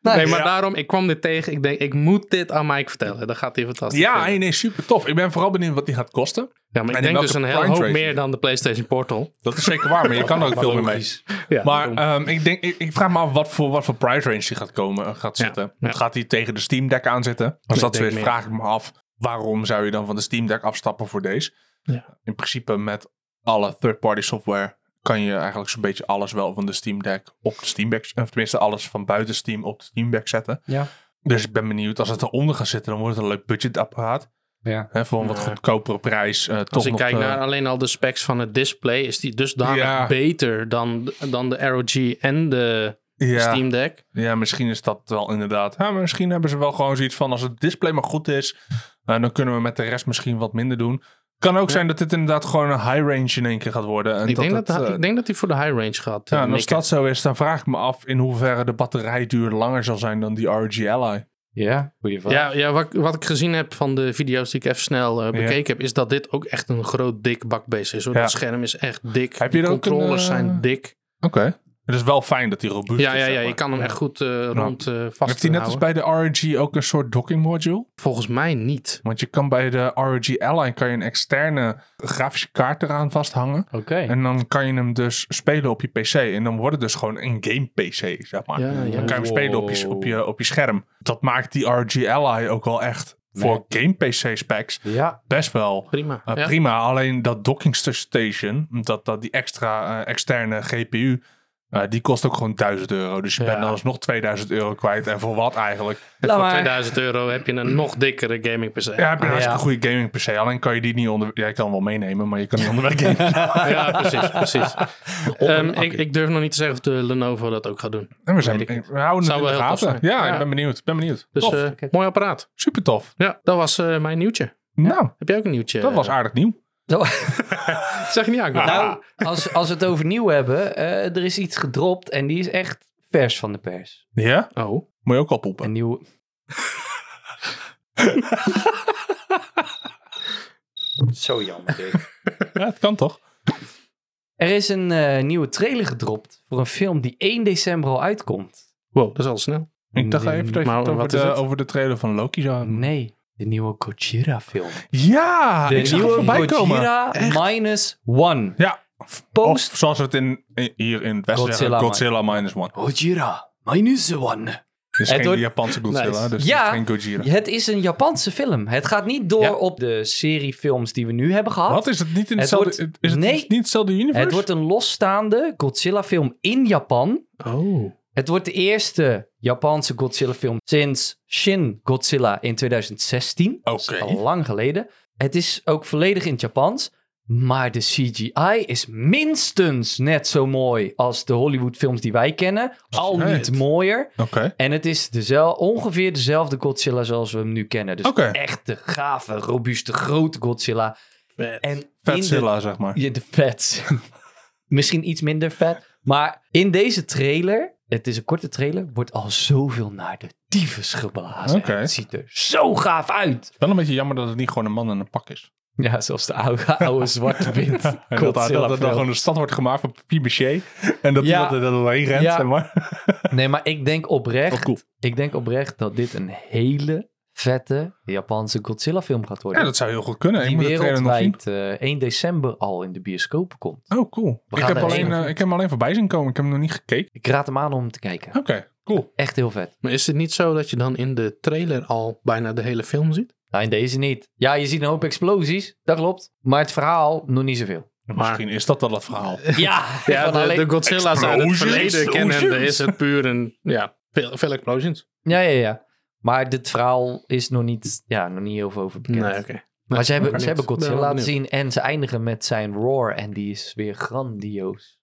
Nee, maar daarom, ik kwam dit tegen. Ik denk, ik moet dit aan Mike vertellen. Dat gaat hij fantastisch
Ja,
vinden.
nee, nee, super tof. Ik ben vooral benieuwd wat die gaat kosten.
ja, maar
en
ik
in
denk
welke
dus een heel
price
hoop
range?
meer dan de PlayStation Portal.
Dat is zeker waar, maar je kan er ook veel meer mee.
Logisch.
Ja,
Maar
daarom.
ehm, ik, denk, ik, ik vraag me af wat voor, wat voor price range die gaat komen, eh, gaat
Ja,
zitten.
ja.
Gaat die tegen de Steam Deck aanzetten? Als
ik
dat zo
denk
is,
meer.
vraag ik me af waarom zou je dan van de Steam Deck afstappen voor deze?
Ja.
In principe met alle third-party software kan je eigenlijk zo'n beetje alles wel van de Steam Deck op de Steam Deck, of tenminste alles van buiten Steam op de Steam Deck zetten.
Ja.
Dus ik ben benieuwd, als het eronder gaat zitten, dan wordt het een leuk budgetapparaat.
Ja.
Hè, voor een wat
Ja.
goedkopere prijs. eh, toch
Als ik
nog,
kijk
eh,
naar alleen al de specs van het display, is die dusdanig
Ja.
beter dan, dan de ROG en de
ja.
Steam Deck.
Ja, misschien is dat wel inderdaad. Ja, maar misschien hebben ze wel gewoon zoiets van: als het display maar goed is, eh, dan kunnen we met de rest misschien wat minder doen. Kan ook zijn dat dit inderdaad gewoon een high range in één keer gaat worden. En
Ik denk dat,
het, eh,
ik denk dat hij voor de high range gaat. eh,
ja, nou, en als
mikken.
dat zo is, dan vraag ik me af in hoeverre de batterijduur langer zal zijn dan die RG Ally.
Ja, goeie vraag.
Ja, ja wat, ik- wat ik gezien heb van de video's die ik even snel eh, bekeken heb, is dat dit ook echt een groot dik bakbeest is. Hoor.
Ja.
Het scherm is echt dik.
Heb je
de
er ook
controllers
een, eh,
zijn dik.
Oké. Het is wel fijn dat die robuust
Ja,
is.
ja,
zeg
ja, je
maar.
kan hem echt goed eh, rond eh vast
Heeft hij net als
houden.
bij de RG ook een soort docking module?
Volgens mij niet.
Want je kan bij de ROG Ally kan je een externe grafische kaart eraan vasthangen.
Oké.
En dan kan je hem dus spelen op je PC. En dan wordt het dus gewoon een game-PC, zeg maar.
Ja, ja.
Dan kan je hem spelen op je,
Wow.
op, je, op je scherm. Dat maakt die RG Ally ook wel echt voor game-PC-specs
Ja,
best wel
Prima.
eh,
Ja.
prima. Alleen dat docking st- station, dat, dat die extra eh, externe GPU, eh, die kost ook gewoon 1000 euro. Dus je
Ja.
bent dan alsnog 2000 euro kwijt. En voor wat eigenlijk?
laat
Voor
maar.
2000 euro heb je een nog dikkere gaming PC.
Ja, heb je een
Ah,
hartstikke
ja.
goede gaming PC. Alleen kan je die niet onder... Jij kan hem wel meenemen, maar je kan niet onderweg gamen.
Ja, precies, precies.
een
Ehm, ik,
accu.
ik durf nog niet te zeggen of de Lenovo dat ook gaat doen.
En we, zijn,
Weet ik niet.
we houden
Zou
het in
wel
de
heel tof
gaten.
zijn.
Ja,
Ja.
ik ben benieuwd. ben benieuwd.
Dus
Tof.
eh, mooi apparaat.
Super tof.
Ja, dat was eh, mijn nieuwtje.
Nou,
Heb jij ook een nieuwtje?
dat was aardig nieuw.
Zo-
Zeg je niet aan.
nou, als, als we het over nieuw hebben, eh, er is iets gedropt en die is echt vers van de pers.
Ja?
Nou-
Oh.
Moet je ook al poepen.
Een nieuwe... Zo jammer dit.
Ja, het kan toch?
Er is een eh, nieuwe trailer gedropt voor een film die 1 december al uitkomt.
Wow, dat is al snel.
Ik dacht even dat je
Maar
het over
wat is
de,
het?
over de trailer van Loki zou hebben.
Oh, Nee, de nieuwe Gojira film.
Ja!
De
Ah, ik zag het
nieuwe
voorbij komen.
Gojira minus one.
Ja. Of
Post
zoals we het in, in- hier in het westen
Godzilla
zeggen,
min-
Godzilla minus one.
Gojira minus one.
Het is
Het
geen
wordt-
Japanse Godzilla,
Nice.
dus
Ja.
het is geen Godzilla.
Het is een Japanse film. Het gaat niet door
Ja.
op de seriefilms die we nu hebben gehad.
Wat? Is het niet in
Het
hetzelfde...
wordt-
is het
Nee.
niet hetzelfde universe?
Het wordt een losstaande Godzilla film in Japan.
Oh.
Het wordt de eerste Japanse Godzilla film sinds Shin Godzilla in 2016. Dat is
Oké.
Al lang geleden. Het is ook volledig in het Japans. Maar de CGI is minstens net zo mooi als de Hollywood films die wij kennen. Al
Shit.
niet mooier.
Oké.
En het is dezel, ongeveer dezelfde Godzilla zoals we hem nu kennen. Dus
Oké.
echt de gave, robuuste, grote Godzilla. En in de
Vetzilla, zeg maar.
ja, de vet. Misschien iets minder vet. Maar in deze trailer, het is een korte trailer, wordt al zoveel naar de tyfus geblazen.
Oké.
En Het ziet er zo gaaf uit.
Wel een beetje jammer dat het niet gewoon een man in een pak is.
Ja, zelfs de oude, oude zwart-wit
En dat, dat, dat, dat dan gewoon een stad wordt gemaakt van papier-maché. En dat
Ja.
iemand er dan doorheen rent,
Ja.
zeg maar.
Nee, maar ik denk
Wel
oprecht...
cool.
Ik denk oprecht dat dit een hele vette Japanse Godzilla film gaat worden.
Ja, dat zou heel goed kunnen. Ik
die
moet de trailer nog zien.
wereldwijd eh, 1 december al in de bioscoop komt.
Oh, cool.
We
Ik
gaan
heb,
er
alleen,
heen.
eh, ik heb hem alleen voorbij zien komen. Ik heb hem nog niet gekeken.
Ik raad hem aan om te kijken.
Oké, cool.
Echt heel vet.
Maar is het niet zo dat je dan in de trailer al bijna de hele film ziet?
Nou, in deze niet. Ja, je ziet een hoop explosies, dat klopt. Maar het verhaal nog niet zoveel.
Misschien is dat wel het verhaal.
Ja,
Ja,
van
de,
alleen-
de Godzilla's uit het
Explosions,
verleden kennen,
explosions.
is het puur een... Ja, veel, veel explosions.
ja, ja, ja. Maar dit verhaal is nog niet, ja, nog niet heel veel over bekend.
Nee, oké.
maar ze hebben,
benieuwd.
ze hebben Godzilla
Ben wel
laten zien en ze eindigen met zijn roar. En die is weer grandioos.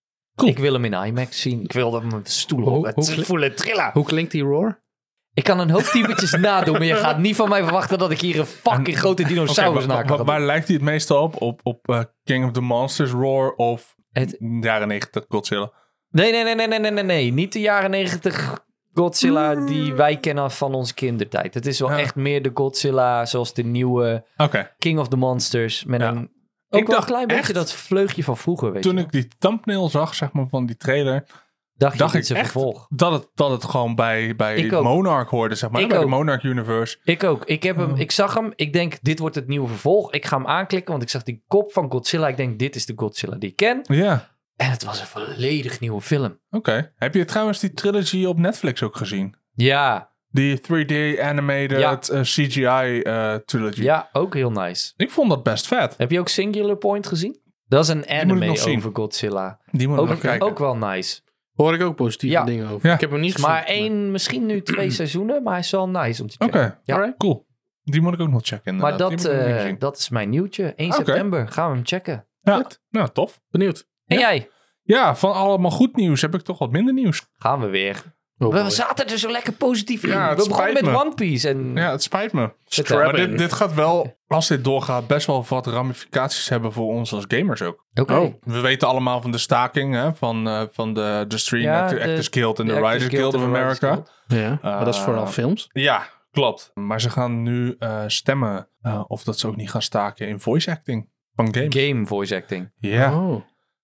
Ik wil hem in IMAX zien. Ik wil dat mijn stoel
Hoe-
op.
hoe
Het
kli-
voelen trillen.
Hoe klinkt die roar?
Ik kan een hoop typetjes nadoen, maar je gaat niet van mij verwachten dat ik hier een fucking grote dinosaurus
Oké, wa-
na
wa-
kan.
Waar
doen.
lijkt hij het meestal op? Op, op eh, King of the Monsters Roar of
Het-
jaren 90 Godzilla?
Nee, nee, nee, nee, nee, nee, nee, nee. Niet de jaren negentig Godzilla die wij kennen van onze kindertijd. Het is wel
Hmm. Ja.
echt meer de Godzilla zoals de nieuwe
Oké.
King of the Monsters. Met
Ja.
een, ook
Ik
wel een
dacht
klein beetje
echt-
dat vleugje van vroeger, weet
Toen
je.
ik die thumbnail zag, zeg maar, van die trailer,
dacht,
dacht
je, dit
ik
is een
echt
vervolg.
dat het, dat het gewoon bij, bij
Ik ook.
Monarch hoorde, zeg maar.
Ik
bij
ook.
de Monarch Universe.
Ik ook. Ik, heb
Hmm.
hem, ik zag hem. Ik denk, dit wordt het nieuwe vervolg. Ik ga hem aanklikken, want ik zag die kop van Godzilla. Ik denk, dit is de Godzilla die ik ken.
Ja,
En het was een volledig nieuwe film.
oké. Heb je trouwens die trilogy op Netflix ook gezien?
Ja,
Die 3D animated
Ja.
eh, CGI eh, trilogy.
ja, ook heel nice.
Ik vond dat best vet.
Heb je ook Singular Point gezien? Dat is een
moet ik
anime
nog zien.
over Godzilla.
Die moet ik
Ook,
nog kijken.
ook wel nice.
Hoor ik ook positieve
Ja.
dingen over.
Ja.
Ik heb hem niet
Maar
gezien.
één, misschien nu twee seizoenen, maar hij is wel nice om te
Oké,
checken. Ja.
alright, cool. Die moet ik ook nog checken.
Maar
inderdaad.
dat,
Die moet ik nog
eh,
zien.
dat is mijn nieuwtje. 1
Oké.
september gaan we hem checken.
ja. Nou, tof.
Benieuwd.
En
Ja.
jij?
Ja, van allemaal goed nieuws heb ik toch wat minder nieuws.
Gaan we weer.
Oh boy.
we zaten er zo lekker positief in.
Ja, het
we begonnen
spijt
met
me.
One Piece. En
Ja, het spijt me.
Strap
Maar
in.
dit, dit gaat wel, als dit doorgaat, best wel wat ramificaties hebben voor ons als gamers ook.
Oké.
Oh.
We weten allemaal van de staking hè, van, eh, van de, de Stream
Ja,
Actor-
de-
Actors Guild en de,
Actors
Writers Guild of
en de Writers
America.
Guild.
Ja, maar dat is vooral
Eh,
films.
Ja, klopt. Maar ze gaan nu eh, stemmen eh, of dat ze ook niet gaan staken in voice acting van games.
Game voice acting.
Ja.
Oh.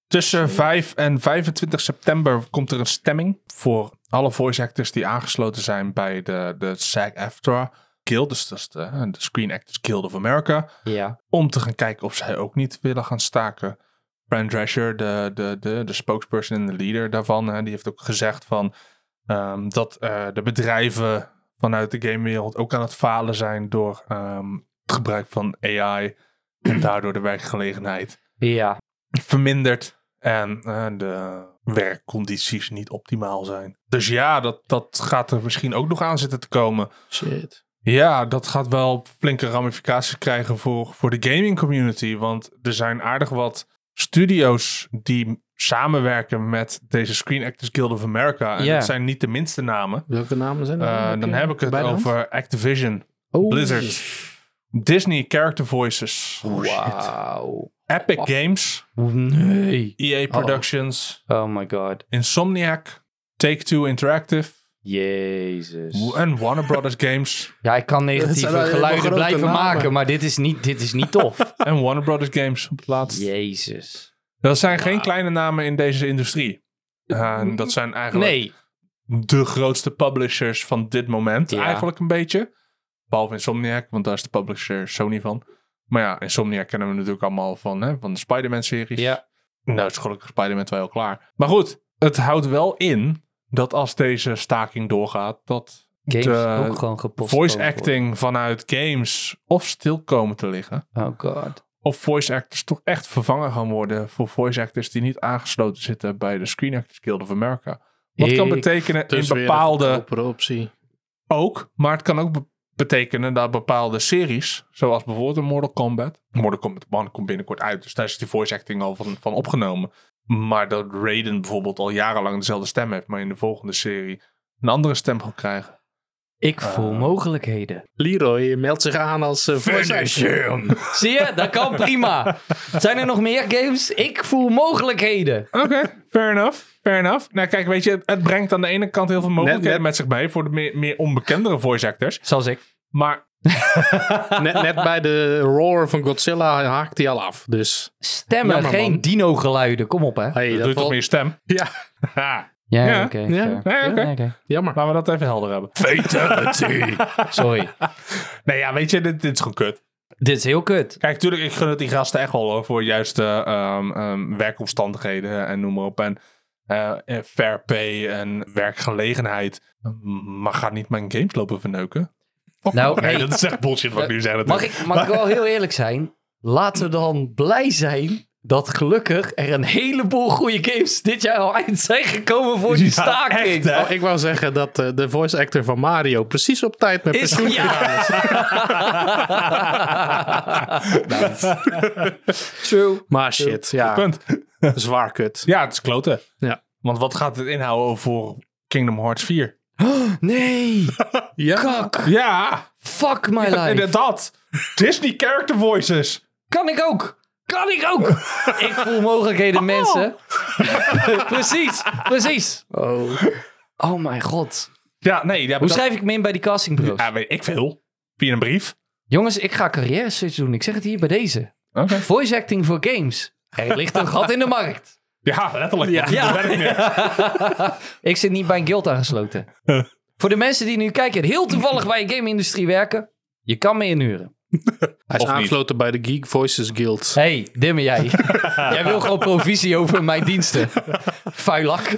Tussen 5 en 25 september komt er een stemming voor alle voice actors die aangesloten zijn bij de, de SAG-AFTRA Guild, dus dat is de, de Screen Actors Guild of America,
Ja.
om te gaan kijken of zij ook niet willen gaan staken. Fran Drescher, de, de, de, de spokesperson en de leader daarvan, hè, die heeft ook gezegd van, ehm, dat eh, de bedrijven vanuit de gamewereld ook aan het falen zijn door ehm, het gebruik van AI en daardoor de werkgelegenheid
Ja.
verminderd. En eh, de werkcondities niet optimaal zijn. Dus ja, dat, dat gaat er misschien ook nog aan zitten te komen.
Shit.
Ja, dat gaat wel flinke ramificaties krijgen voor, voor de gaming community. Want er zijn aardig wat studio's die samenwerken met deze Screen Actors Guild of America. En
Ja.
dat zijn niet de minste namen.
Welke namen zijn er?
Eh, dan heb ik het
Oh, bij de hand?
over Activision,
Oh,
Blizzard, Disney Character Voices,
Wauw.
Epic Games,
Nee.
oh.
EA Productions,
Oh my god.
Insomniac, Take-Two Interactive
Jezus.
en Warner Brothers Games.
Ja, ik kan
zijn
negatieve
wel hele
geluiden
grote
blijven
namen.
maken, maar dit is niet, dit is niet tof.
En Warner Brothers Games op het laatst.
Jezus.
Dat zijn geen kleine namen in deze industrie. Eh, En dat zijn eigenlijk
Nee.
de grootste publishers van dit moment.
Ja.
Eigenlijk een beetje. Behalve Insomniac, want daar is de publisher Sony van. Maar ja, Insomniac kennen we natuurlijk allemaal van, hè, van de Spider-Man-series.
Ja.
Nou is gelukkig Spider-Man 2 al klaar. Maar goed, het houdt wel in dat als deze staking doorgaat, dat
Games
de-
ook gewoon gepost.
voice acting vanuit games of stil komen te liggen.
Oh god.
Of voice actors toch echt vervangen gaan worden voor voice actors die niet aangesloten zitten bij de Screen Actors Guild of America. Wat kan
Ik-
betekenen in
Dus weer een
bepaalde
goedkopere optie.
ook, maar het kan ook be- betekenen dat bepaalde series, zoals bijvoorbeeld een Mortal Kombat. Mortal Kombat 1 komt binnenkort uit, dus daar is die voice acting al van, van opgenomen. Maar dat Raiden bijvoorbeeld al jarenlang dezelfde stem heeft, maar in de volgende serie een andere stem gaat krijgen.
Ik voel
Ah.
mogelijkheden.
Leroy meldt zich aan als eh, voice actor.
Zie je? Dat kan prima. Zijn er nog meer games? Ik voel mogelijkheden.
Oké, fair enough. Fair enough. Nou kijk, weet je, het, het brengt aan de ene kant heel veel mogelijkheden
net-
met zich mee voor de meer, meer onbekendere voice actors.
Zoals ik.
Maar
Net, net bij de roar van Godzilla haakt hij al af. Dus
Stemmen,
Jammer,
geen
man.
dino-geluiden. Kom op, hè.
hey,
dat
dat
doet
valt-
toch meer stem?
Ja,
Ja,
Ja,
oké.
ja,
fair.
nee, oké.
Ja,
jammer.
Laten we dat even helder hebben. Fatality!
Sorry.
nee, ja, weet je, dit, dit is gewoon kut.
Dit is heel kut.
Kijk, tuurlijk, ik gun het die gasten echt wel hoor, voor juiste ehm, ehm, werkomstandigheden en noem maar op. En eh, eh, fair pay en werkgelegenheid. Maar ga niet mijn games lopen verneuken. Och,
Nou,
nee,
hey.
dat is echt bullshit wat ik nu zeg.
Mag
natuurlijk.
ik, mag ik wel heel eerlijk zijn? Laten we dan blij zijn dat gelukkig er een heleboel goede games dit jaar al eind zijn gekomen voor die
Ja,
staking.
echt, hè?
Oh, ik wou zeggen dat eh, de voice actor van Mario precies op tijd met
Is
pensioen
ja. True.
Maar shit, ja,
Punt.
zwaar kut.
Ja, het is kloten.
Ja.
Want wat gaat het inhouden voor Kingdom Hearts 4?
Nee.
Ja.
Kak.
Ja,
Fuck my life.
inderdaad. Disney character voices.
Kan ik ook. Kan ik ook. Ik voel mogelijkheden, mensen. precies. Precies.
Oh.
Oh mijn god.
Ja, nee. Ja,
Hoe
dat-
schrijf ik me in bij die castingbureaus?
Ja, weet ik veel. Via een brief.
Jongens, ik ga carrière switch doen. Ik zeg het hier bij deze.
Oké.
Voice acting voor games. Er ligt een gat in de markt.
Ja, letterlijk.
Ja.
want
Ja.
dat werkt niet.
Ik zit niet bij een guild aangesloten. Voor de mensen die nu kijken en heel toevallig bij de game-industrie werken, je kan me inhuren.
Hij is
Of niet.
aangesloten bij de Geek Voices Guild.
hey, dimme jij. jij wil gewoon provisie over mijn diensten. Oh, Vuilak.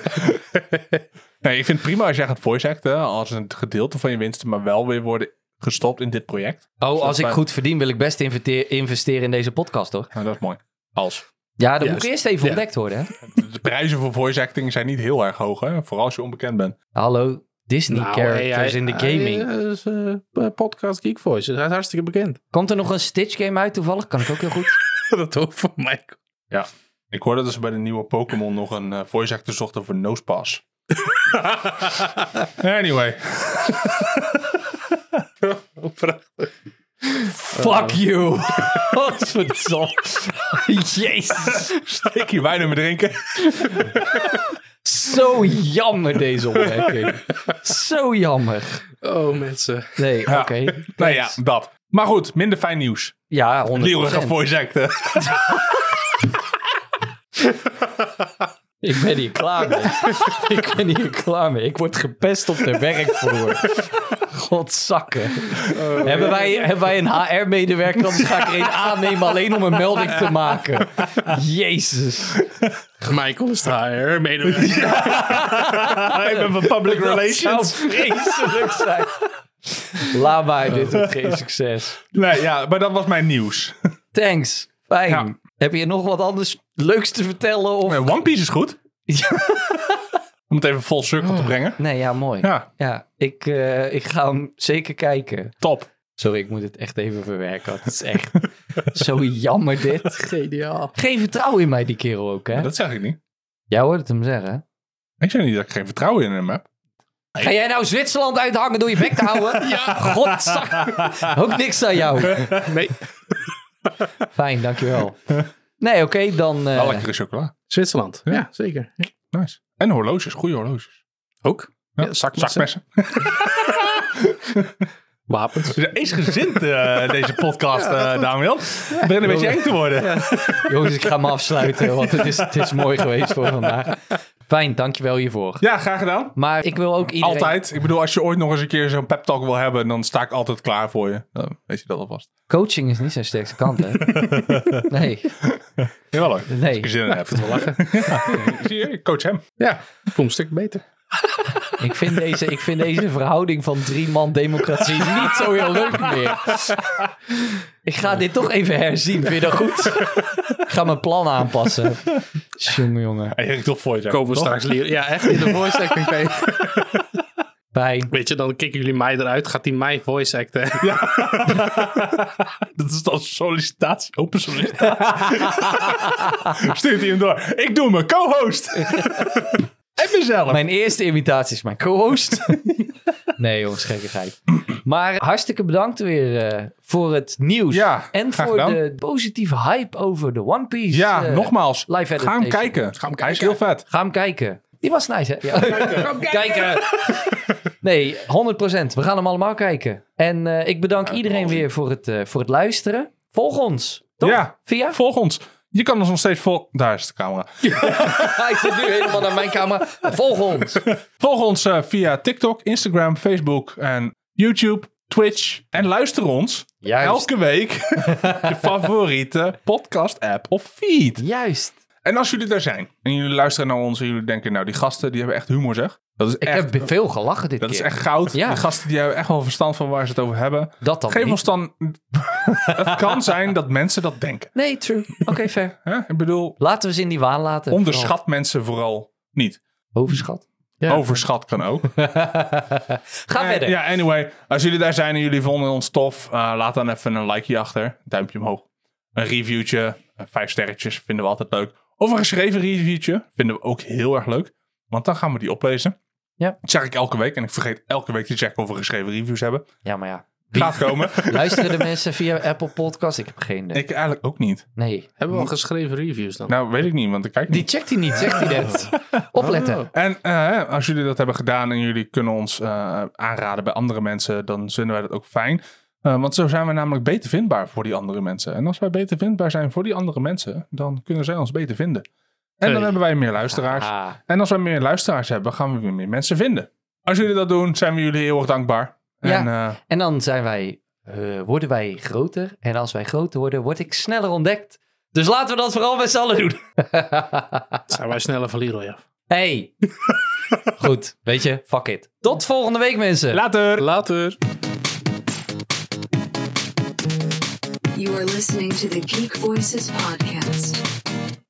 Nee, ik vind het prima als jij gaat voice acten. Als een gedeelte van je winsten maar wel weer worden gestopt in dit project.
Oh, als ik goed verdien, wil ik best invete- investeren in deze podcast, hoor.
Nou, dat is mooi. Als.
Ja, dat moet
Juist.
ik eerst even
Ja.
ontdekt worden, hè.
De prijzen voor voice acting zijn niet heel erg hoog, hè? Vooral als je onbekend bent.
Hallo,
Nou,
Disney-characters
hey, hij-
in de
hij
gaming.
is, eh, podcast Geek Voices. Hij is hartstikke bekend.
Komt er nog een Stitch-game uit, toevallig? Kan ik ook heel goed.
dat hoofd van mij.
Ik hoorde dat ze bij de nieuwe Pokémon nog een eh, voice actor zochten voor Nosepass. anyway.
Fuck you. Wat verdomme. Jezus.
Ik hier wijn in me drinken.
Zo jammer deze opmerking. Zo jammer.
Oh, mensen.
Nee, oké.
Nou ja, dat. Maar goed, minder fijn nieuws.
Ja, 100%.
Leeuwen gaat voice acten.
Ik ben hier klaar mee. ik ben hier klaar mee. Ik word gepest op de werkvloer. Godzakken.
Oh.
hebben, wij, hebben wij een HR-medewerker? Dan ga ik er een aannemen alleen om een melding te maken. Jezus.
Michael is daar, medewerker.
Ik ben van public
Dat zou vreselijk zijn. Laat maar, dit wordt geen succes.
Nee, ja, maar dat was mijn nieuws.
Thanks. Fijn.
Ja.
Heb je nog wat anders leuks te vertellen? Of...
Nee, Eh, One Piece is goed.
Ja.
Om het even vol cirkel te brengen.
Nee, ja, mooi. Ja,
Ja,
ik, eh, ik ga hem zeker kijken.
top.
Sorry, ik moet het echt even verwerken. want Het is echt zo jammer dit.
Geniaal.
Geen vertrouwen in mij die kerel ook, hè?
Dat zeg ik niet.
Jij hoort het hem zeggen.
Ik zeg niet dat ik geen vertrouwen in hem heb.
Ga jij nou Zwitserland uithangen door je bek te houden? ja. Godzak. Ook niks aan jou.
Nee.
Fijn, dankjewel. Nee, oké, dan... eh,
Wel lekkere chocola.
Zwitserland. Ja, zeker. Ja.
Nice. En horloges, goede horloges.
Ook.
Ja,
Ja, zakmessen.
Zakmessen.
Wapens.
We zijn eensgezind eh, deze podcast, eh Damian. Het begint een beetje eng te worden.
Jongens, ik ga me afsluiten, want het is, het is mooi geweest voor vandaag. Fijn, dankjewel hiervoor.
Ja, graag gedaan.
Maar ik wil ook iedereen...
Altijd. Ik bedoel, als je ooit nog eens een keer zo'n pep talk wil hebben, dan sta ik altijd klaar voor je. Dan weet je dat alvast.
Coaching is niet zijn sterkste kant, hè? Nee,
Jawel hoor. Als
nee.
ik er zin in heb.
Wel lachen.
Zie je, ik coach hem.
Ja, ik voel me een stuk beter.
Ik vind, deze, ik vind deze verhouding van drie man democratie niet zo heel leuk meer. Ik ga dit toch even herzien, vind je dat goed? Ik ga mijn plan aanpassen. Jongen, jongen.
Hij ging toch voor je.
Komen we
toch?
straks leren. Ja, echt in de voice acting tegen.
Fijn.
Weet je, dan kicken jullie mij eruit. Gaat hij mij voice acten?
Dat is dan sollicitatie, open sollicitatie. Stuurt hij hem door. Ik doe mijn co-host. en mezelf.
Mijn eerste imitatie is mijn co-host. Nee, jongens, gekkigheid. Maar hartstikke bedankt weer eh, voor het nieuws.
Ja,
en
graag
voor
gedaan.
de positieve hype over de One Piece.
ja,
eh,
nogmaals.
live
Ga hem
adaptation.
kijken. Ga hem kijken. Hij is heel vet.
Ga hem kijken. Die was nice, hè? Ja. Kijken! Nee, 100%. We gaan hem allemaal kijken. En eh, ik bedank iedereen weer voor het, eh, voor het luisteren. Volg ons, toch?
Ja.
Via?
Volg ons. Je kan ons nog steeds volgen. Daar is de camera.
Hij zit nu helemaal naar mijn kamer. Volg ons.
Volg ons eh, via TikTok, Instagram, Facebook en YouTube, Twitch. En luister ons
Juist.
elke week je favoriete podcast app of feed.
Juist.
En als jullie daar zijn en jullie luisteren naar ons en jullie denken, nou die gasten die hebben echt humor zeg. Dat is
Ik
echt,
heb veel gelachen dit
dat is
keer.
echt goud.
Ja.
Die gasten die hebben echt wel verstand van waar ze het over hebben.
Dat dan
Geef
niet.
ons dan... het kan zijn dat mensen dat denken.
Nee, true. Oké, fair.
Hè? Ik bedoel,
Laten we ze in die waan laten.
onderschat mensen vooral niet.
Vooral. Overschat.
Ja.
Overschat kan ook.
Ga
Eh,
verder.
Ja, anyway. Als jullie daar zijn en jullie vonden ons tof, eh, laat dan even een likeje achter. Duimpje omhoog. Een reviewtje. eh, Vijf sterretjes vinden we altijd leuk. Of een geschreven reviewtje vinden we ook heel erg leuk. Want dan gaan we die oplezen.
Ja.
Dat zeg ik elke week. En ik vergeet elke week te checken of we geschreven reviews hebben.
Ja, maar ja.
Gaat komen.
Luisteren de mensen via Apple Podcast? Ik heb geen idee.
ik eigenlijk ook niet.
Nee.
Hebben we al geschreven reviews dan?
Nou, weet ik niet, want ik kijk niet.
Die checkt hij niet, zegt hij net. Opletten.
Oh.
En eh, als jullie dat hebben gedaan en jullie kunnen ons eh, aanraden bij andere mensen, dan vinden wij dat ook fijn. Eh, want zo zijn we namelijk beter vindbaar voor die andere mensen. En als wij beter vindbaar zijn voor die andere mensen, dan kunnen zij ons beter vinden. En dan
Hey.
hebben wij meer luisteraars.
Ah,
En als wij meer luisteraars hebben, gaan we weer meer mensen vinden. Als jullie dat doen, zijn we jullie heel erg dankbaar.
Ja.
En, eh,
en dan zijn wij, eh, worden wij groter. En als wij groter worden, word ik sneller ontdekt. Dus laten we dat vooral met z'n allen doen.
Zijn wij sneller van Leroy af?
Hey. Goed, weet je, fuck it. Tot volgende week, mensen.
later!
Later!
You are listening to the Geek Voices Podcast.